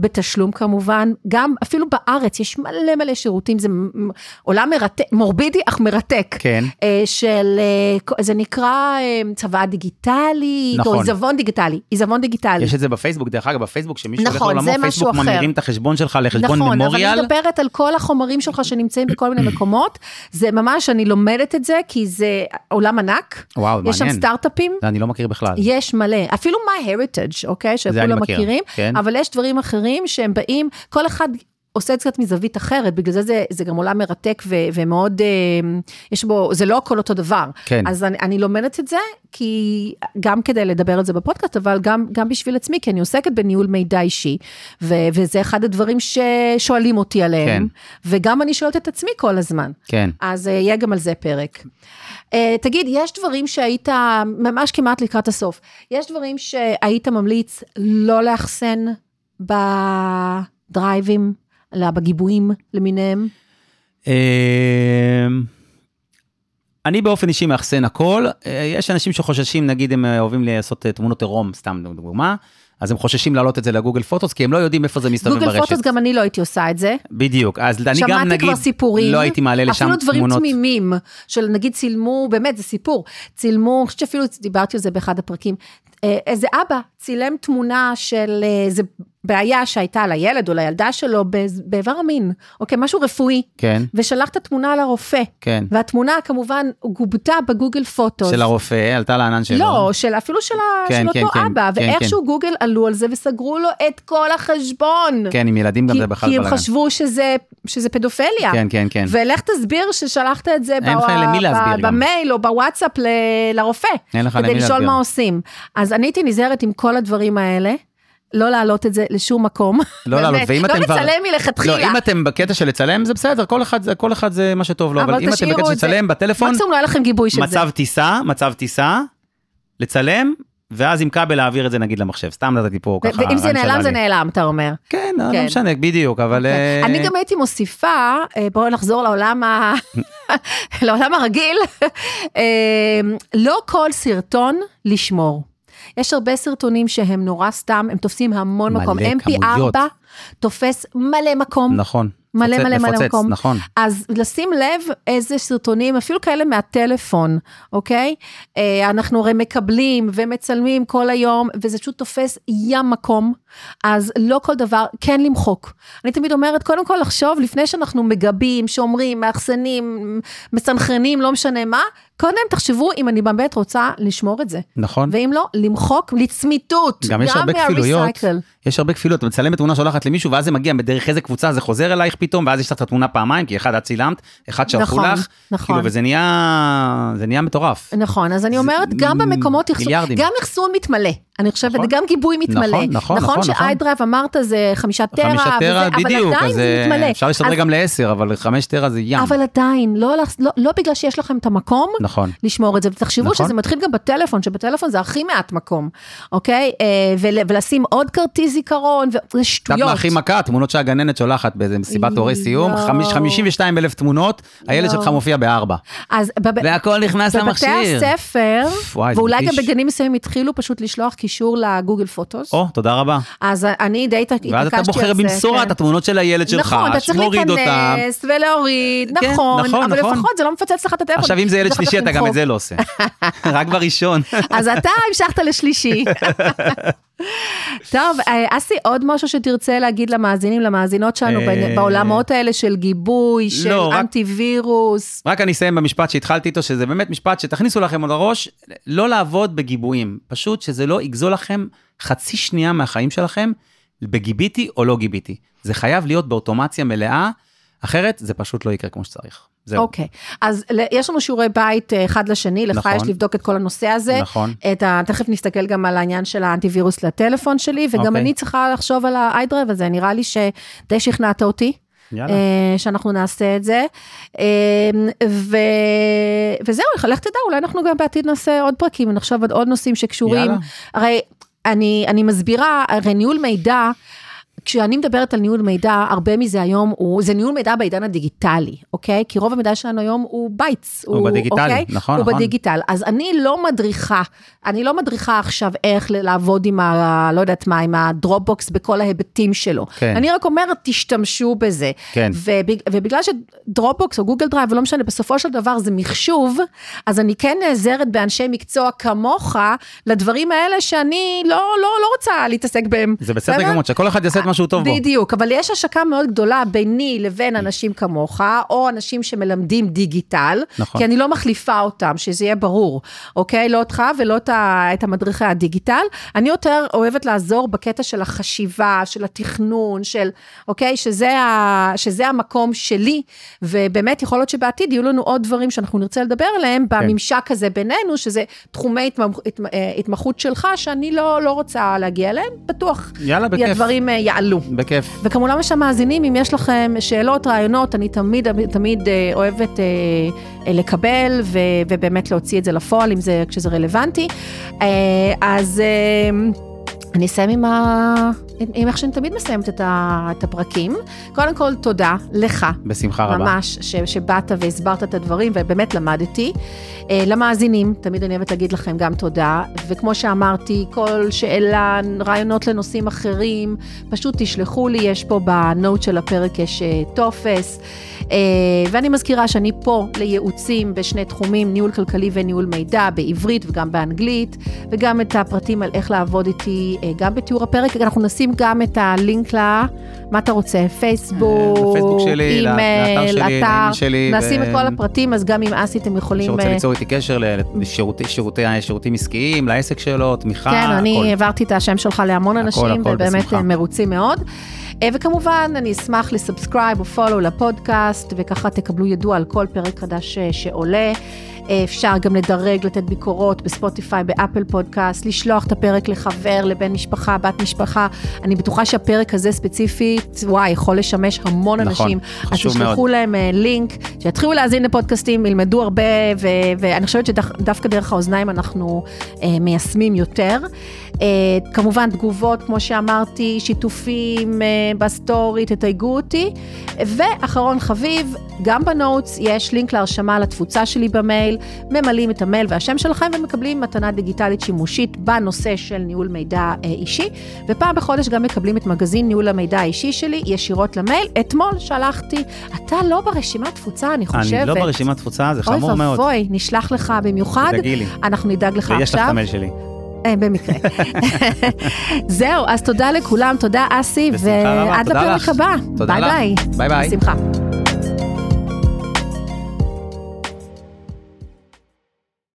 A: בתשלום כמובן, גם אפילו בארץ יש מלא מלא שירותים, זה מ- מ- עולם מרתק, מורבידי אך מרתק.
B: כן.
A: אה, של, אה, ק- זה נקרא אה, צוואה דיגיטלית, או
B: נכון.
A: עיזבון דיגיטלי, עיזבון דיגיטלי.
B: יש את זה בפייסבוק, דרך אגב, בפייסבוק, שמישהו הולך
A: נכון,
B: לעולמו,
A: זה משהו
B: פייסבוק
A: אחר.
B: ממירים את החשבון שלך לחשבון
A: נכון, אבל
B: ממוריאל.
A: אני מדברת על כל החומרים שלך שנמצאים בכל מיני מקומות, זה ממש, אני לומדת את זה, כי זה עולם ענק,
B: וואו,
A: יש שם
B: מעניין.
A: סטארט-אפים,
B: זה אני לא מכיר בכלל.
A: יש מלא, אפילו My Heritage, אוקיי,
B: אני
A: שכולם
B: מכיר,
A: מכירים,
B: כן.
A: אבל יש דברים אחרים שהם באים, כל אחד... עושה את זה קצת מזווית אחרת, בגלל זה זה, זה גם עולם מרתק ו, ומאוד, אה, יש בו, זה לא הכל אותו דבר.
B: כן.
A: אז אני, אני לומדת את זה, כי גם כדי לדבר על זה בפודקאסט, אבל גם, גם בשביל עצמי, כי אני עוסקת בניהול מידע אישי, ו, וזה אחד הדברים ששואלים אותי עליהם, כן. וגם אני שואלת את עצמי כל הזמן.
B: כן.
A: אז אה, יהיה גם על זה פרק. אה, תגיד, יש דברים שהיית, ממש כמעט לקראת הסוף, יש דברים שהיית ממליץ לא לאחסן בדרייבים, אלא בגיבויים למיניהם?
B: אמ, אני באופן אישי מאחסן הכל, אה, יש אנשים שחוששים, נגיד הם אה, אוהבים לעשות אה, תמונות עירום, סתם דוגמה, אז הם חוששים להעלות את זה לגוגל פוטוס, כי הם לא יודעים איפה זה מסתובב ברשת.
A: גוגל פוטוס, גם אני לא הייתי עושה את זה.
B: בדיוק, אז אני גם נגיד,
A: שמעתי כבר סיפורים,
B: לא הייתי מעלה לשם
A: אפילו דברים
B: תמונות.
A: תמימים, של נגיד צילמו, באמת, זה סיפור, צילמו, אני חושבת שאפילו דיברתי על זה באחד הפרקים, אה, איזה אבא צילם תמונה של אה, איזה בעיה שהייתה לילד או לילדה שלו בז- באיבר המין, אוקיי, משהו רפואי,
B: כן,
A: ושלחת תמונה לרופא,
B: כן.
A: והתמונה כמובן גובתה בגוגל פוטוס.
B: של הרופא, אה, עלתה לענן שלו.
A: לא, של, אפילו של, ה-
B: כן,
A: של
B: כן,
A: אותו
B: כן,
A: אבא,
B: כן,
A: ואיכשהו גוגל עלו על זה וסגרו לו את כל החשבון.
B: כן, עם ילדים גם
A: כי,
B: זה בכלל
A: כי הם
B: בלאגן.
A: חשבו שזה, שזה פדופיליה.
B: כן, כן, כן.
A: ולך תסביר ששלחת את זה
B: אין לך
A: בווה-
B: למי להסביר
A: ב-
B: גם.
A: במייל או בוואטסאפ ל... לרופא.
B: אין לך למי
A: כדי לשאול
B: להסביר.
A: מה עושים. אז אני הייתי נזהרת עם כל הדברים האלה, לא להעלות את זה לשום מקום.
B: לא
A: באמת,
B: לעלות, ואם
A: לא
B: אתם כבר-
A: לצלם מלכתחילה.
B: לא, אם אתם בקטע של לצלם, זה בסדר, כל אחד זה- כל אחד זה מה שטוב לו,
A: אבל
B: אבל אם אתם
A: תשאירו
B: בקטע של
A: את זה.
B: לצלם בטלפון,
A: מקסימום לא היה לכם גיבוי של זה.
B: מצב טיסה, מצב טיסה, לצלם, ואז עם כבל להעביר את זה נגיד למחשב. סתם נתתי פה
A: ו-
B: ככה.
A: ואם זה
B: רעיון
A: נעלם,
B: שעלה
A: זה
B: לי.
A: נעלם, אתה אומר.
B: כן, לא לא
A: כן.
B: משנה, בדיוק, אבל...
A: כן.
B: אה,
A: אני גם הייתי מוסיפה, אה, בואו נחזור לעולם ה- לעולם הרגיל, אה, לא כל סרטון לשמור. יש הרבה סרטונים שהם נורא סתם, הם תופסים המון
B: מלא
A: מקום.
B: כמויות.
A: mp4 תופס מלא מקום.
B: נכון.
A: מלא
B: מפוצץ-
A: מלא מלא
B: מפוצץ,
A: מקום.
B: נכון.
A: אז לשים לב איזה סרטונים, אפילו כאלה מהטלפון, אוקיי? אה, אנחנו הרי מקבלים ומצלמים כל היום, וזה פשוט תופס ים מקום, אז לא כל דבר, כן למחוק. אני תמיד אומרת, קודם כל לחשוב, לפני שאנחנו מגבים, שומרים, מאחסנים, מסנכרנים, לא משנה מה, קודם תחשבו אם אני באמת רוצה לשמור את זה.
B: נכון.
A: ואם לא, למחוק לצמיתות,
B: גם יש הרבה כפילויות.
A: מה-recycle.
B: יש הרבה כפילות, אתה מצלם תמונה שולחת למישהו, ואז זה מגיע בדרך איזה קבוצה, זה חוזר אלייך פתאום, ואז יש לך את התמונה פעמיים, כי אחד את צילמת, אחד שלחו
A: נכון,
B: לך,
A: נכון.
B: כאילו, וזה נהיה, זה נהיה מטורף.
A: נכון, אז אני
B: זה
A: אומרת, גם
B: מ-
A: במקומות אחסון,
B: מיליארדים.
A: גם אחסון מתמלא, אני חושבת,
B: נכון.
A: גם גיבוי מתמלא.
B: נכון, נכון, נכון, נכון.
A: שאיידרייב אמרת זה חמישה טרה,
B: חמישה טרה,
A: וזה-
B: בדיוק,
A: אבל עדיין
B: אז
A: זה
B: אה,
A: מתמלא.
B: אפשר לשדרג
A: אז-
B: גם לעשר, אבל חמש טרה זה ים.
A: אבל עדיין, לא לח- לא- לא בגלל שיש לכם את המקום.
B: נכון.
A: לשמור את זה, ותחשבו
B: נכון.
A: שזה מתחיל גם בטלפון, שבטלפון זה הכי מעט מקום, אוקיי? אה, ול- ולשים עוד כרטיס זיכרון, וזה
B: קצת
A: שטויות.
B: מהכי מכה, תמונות שהגננת שולחת באיזה מסיבת הורי סיום,
A: יואו.
B: חמיש- 52 אלף תמונות, הילד
A: יואו.
B: שלך מופיע בארבע.
A: אז בב-
B: והכל נכנס
A: לא. בבתי
B: למכשיר.
A: הספר,
B: וואי, זה
A: ואולי גם
B: מתיש.
A: בגנים מסוימים התחילו פשוט לשלוח קישור לגוגל פוטוס.
B: או, תודה רבה.
A: אז אני די התעקשתי על
B: ואז
A: זה.
B: אתה בוחר במשורה
A: כן.
B: את התמונות של הילד שלך,
A: נכון, אתה צריך
B: שמוריד אותם.
A: להיכנס ולהוריד,
B: כן,
A: נכון,
B: נכון,
A: אבל
B: נכון.
A: לפחות זה לא מפוצץ לך את הטלפון.
B: עכשיו, אם זה ילד
A: ואחר כך
B: שלישי, אתה גם את
A: למחוק.
B: זה לא עושה. רק בראשון.
A: אז אתה המשכת לשלישי. טוב, אה, אסי, עוד משהו שתרצה להגיד למאזינים, למאזינות שלנו,
B: אה,
A: בין- בעולמות האלה של גיבוי, של
B: לא, רק-
A: אנטיווירוס.
B: רק אני אסיים במשפט שהתחלתי איתו, שזה באמת משפט שתכניסו לכם עוד לראש, לא לעבוד בגיבויים, פשוט שזה לא יגזול לכם חצי שנייה מהחיים שלכם, בגיביתי או לא גיביתי. זה חייב להיות באוטומציה מלאה, אחרת זה פשוט לא יקרה כמו שצריך. זהו.
A: אוקיי, אז ל- יש לנו שיעורי בית אה, אחד לשני, לך
B: נכון.
A: יש לבדוק את כל הנושא הזה.
B: נכון.
A: את ה... תכף נסתכל גם על העניין של האנטיווירוס לטלפון שלי, וגם
B: אוקיי.
A: אני צריכה לחשוב על האיידרייב הזה, נראה לי שדי שכנעת אותי.
B: יאללה.
A: אה, שאנחנו נעשה את זה. אה, ו... וזהו, לך תדע, אולי אנחנו גם בעתיד נעשה עוד פרקים, ונחשוב על עוד נושאים שקשורים.
B: יאללה.
A: הרי אני, אני מסבירה, הרי ניהול מידע, כשאני מדברת על ניהול מידע, הרבה מזה היום הוא, זה ניהול מידע בעידן הדיגיטלי, אוקיי? כי רוב המידע שלנו היום הוא בייטס.
B: הוא בדיגיטלי, נכון,
A: הוא
B: נכון.
A: בדיגיטל. אז אני לא מדריכה, אני לא מדריכה עכשיו איך ל- לעבוד עם ה... לא יודעת מה, עם הדרופבוקס בכל ההיבטים שלו.
B: כן.
A: אני רק אומרת, תשתמשו בזה.
B: כן.
A: ובג, ובגלל שדרופבוקס או גוגל דרייב, לא משנה, בסופו של דבר זה מחשוב, אז אני כן נעזרת באנשי מקצוע כמוך, לדברים האלה שאני לא, לא, לא רוצה להתעסק בהם.
B: זה בסדר
A: בסדר?
B: גמור, שכל אחד יעשה את מה שהוא טוב בו.
A: בדיוק, אבל יש השקה מאוד גדולה ביני לבין אנשים כמוך, או אנשים שמלמדים דיגיטל,
B: נכון.
A: כי אני לא מחליפה אותם, שזה יהיה ברור, אוקיי? לא אותך ולא את ה- את המדריכי הדיגיטל. אני יותר אוהבת לעזור בקטע של החשיבה, של התכנון, של, אוקיי? שזה, ה, שזה המקום שלי, ובאמת יכול להיות שבעתיד יהיו לנו עוד דברים שאנחנו נרצה לדבר עליהם,
B: כן.
A: בממשק הזה בינינו, שזה תחומי התמח, הת, אה, התמחות שלך, שאני לא, לא רוצה להגיע אליהם, בטוח.
B: יאללה, בכיף.
A: הדברים אה, יעלו.
B: בכיף.
A: וכמובן יש המאזינים, אם יש לכם שאלות, רעיונות, אני תמיד תמיד אה, אוהבת אה, אה, לקבל ו- ובאמת להוציא את זה לפועל, אם זה, כשזה רלוונטי. אה, אז אה, אני אסיים עם, ה... עם איך שאני תמיד מסיימת את, ה... את הפרקים. קודם כל, תודה לך.
B: בשמחה רבה.
A: ממש, ש, שבאת והסברת את הדברים, ובאמת למדתי. אה, למאזינים, תמיד אני אוהבת להגיד לכם גם תודה, וכמו שאמרתי, כל שאלה, רעיונות לנושאים אחרים, פשוט תשלחו לי, יש פה בנוט של הפרק יש אה, טופס. אה, ואני מזכירה שאני פה לייעוצים בשני תחומים, ניהול כלכלי וניהול מידע, בעברית וגם באנגלית, וגם את הפרטים על איך לעבוד איתי, אה, גם בתיאור הפרק, אנחנו נשים נשים גם את הלינק ל... מה אתה רוצה? פייסבוק,
B: לפייסבוק שלי, לאתר
A: אימייל,
B: שלי, לאימייל
A: אתר,
B: שלי,
A: אה, נשים את
B: ו-
A: כל הפרטים, אז גם עם אסי אתם יכולים...
B: שרוצה
A: אה,
B: ליצור איתי קשר לשירותים שירותי, שירותים עסקיים, לעסק שלו, תמיכה,
A: כן, אני
B: אה, הכל.
A: העברתי את השם שלך להמון
B: הכל,
A: אנשים,
B: הכל,
A: ובאמת
B: בשמחה.
A: הם מרוצים מאוד. אה, וכמובן, אני אשמח לסאבסקרייב או פולו לפודקאסט, וככה תקבלו ידוע על כל פרק חדש אה, שעולה. אה, אפשר גם לדרג, לתת ביקורות בספוטיפיי, באפל פודקאסט, לשלוח את הפרק לחבר, לבן משפחה, בת משפחה. אני בטוחה שהפרק הזה ספציפית, וואי, יכול לשמש המון
B: נכון,
A: אנשים.
B: חשוב
A: אז תשלחו
B: מאוד.
A: להם אה, לינק, שיתחילו להאזין לפודקאסטים, ילמדו הרבה, ו- ואני חושבת שדווקא דרך האוזניים אנחנו אה, מיישמים יותר. אה, כמובן, תגובות, כמו שאמרתי, שיתופים אה, בסטורי, תתייגו אותי. ואחרון חביב, גם בנוטס יש לינק להרשמה לתפוצה שלי במייל, ממלאים את המייל והשם שלכם ומקבלים מתנה דיגיטלית שימושית בנושא של ניהול מידע אה, אישי. ופעם בחודש גם מקבלים את מגזין ניהול המידע האישי שלי ישירות למייל. אתמול שלחתי, אתה לא ברשימת תפוצה, אני חושבת.
B: אני לא ברשימת תפוצה, זה חמור
A: אוי
B: מאוד.
A: ואבוי, נשלח לך במיוחד.
B: תדאגי לי.
A: אנחנו נדאג לך
B: יש לך את
A: עכשיו.
B: המייל שלי.
A: אה, במקרה. זהו, אז תודה לכולם, תודה אסי,
B: בשמחה רבה,
A: ועד
B: תודה
A: לפרק
B: לך.
A: הבא.
B: תודה
A: ביי
B: לך.
A: ביי.
B: ביי ביי.
A: בשמחה.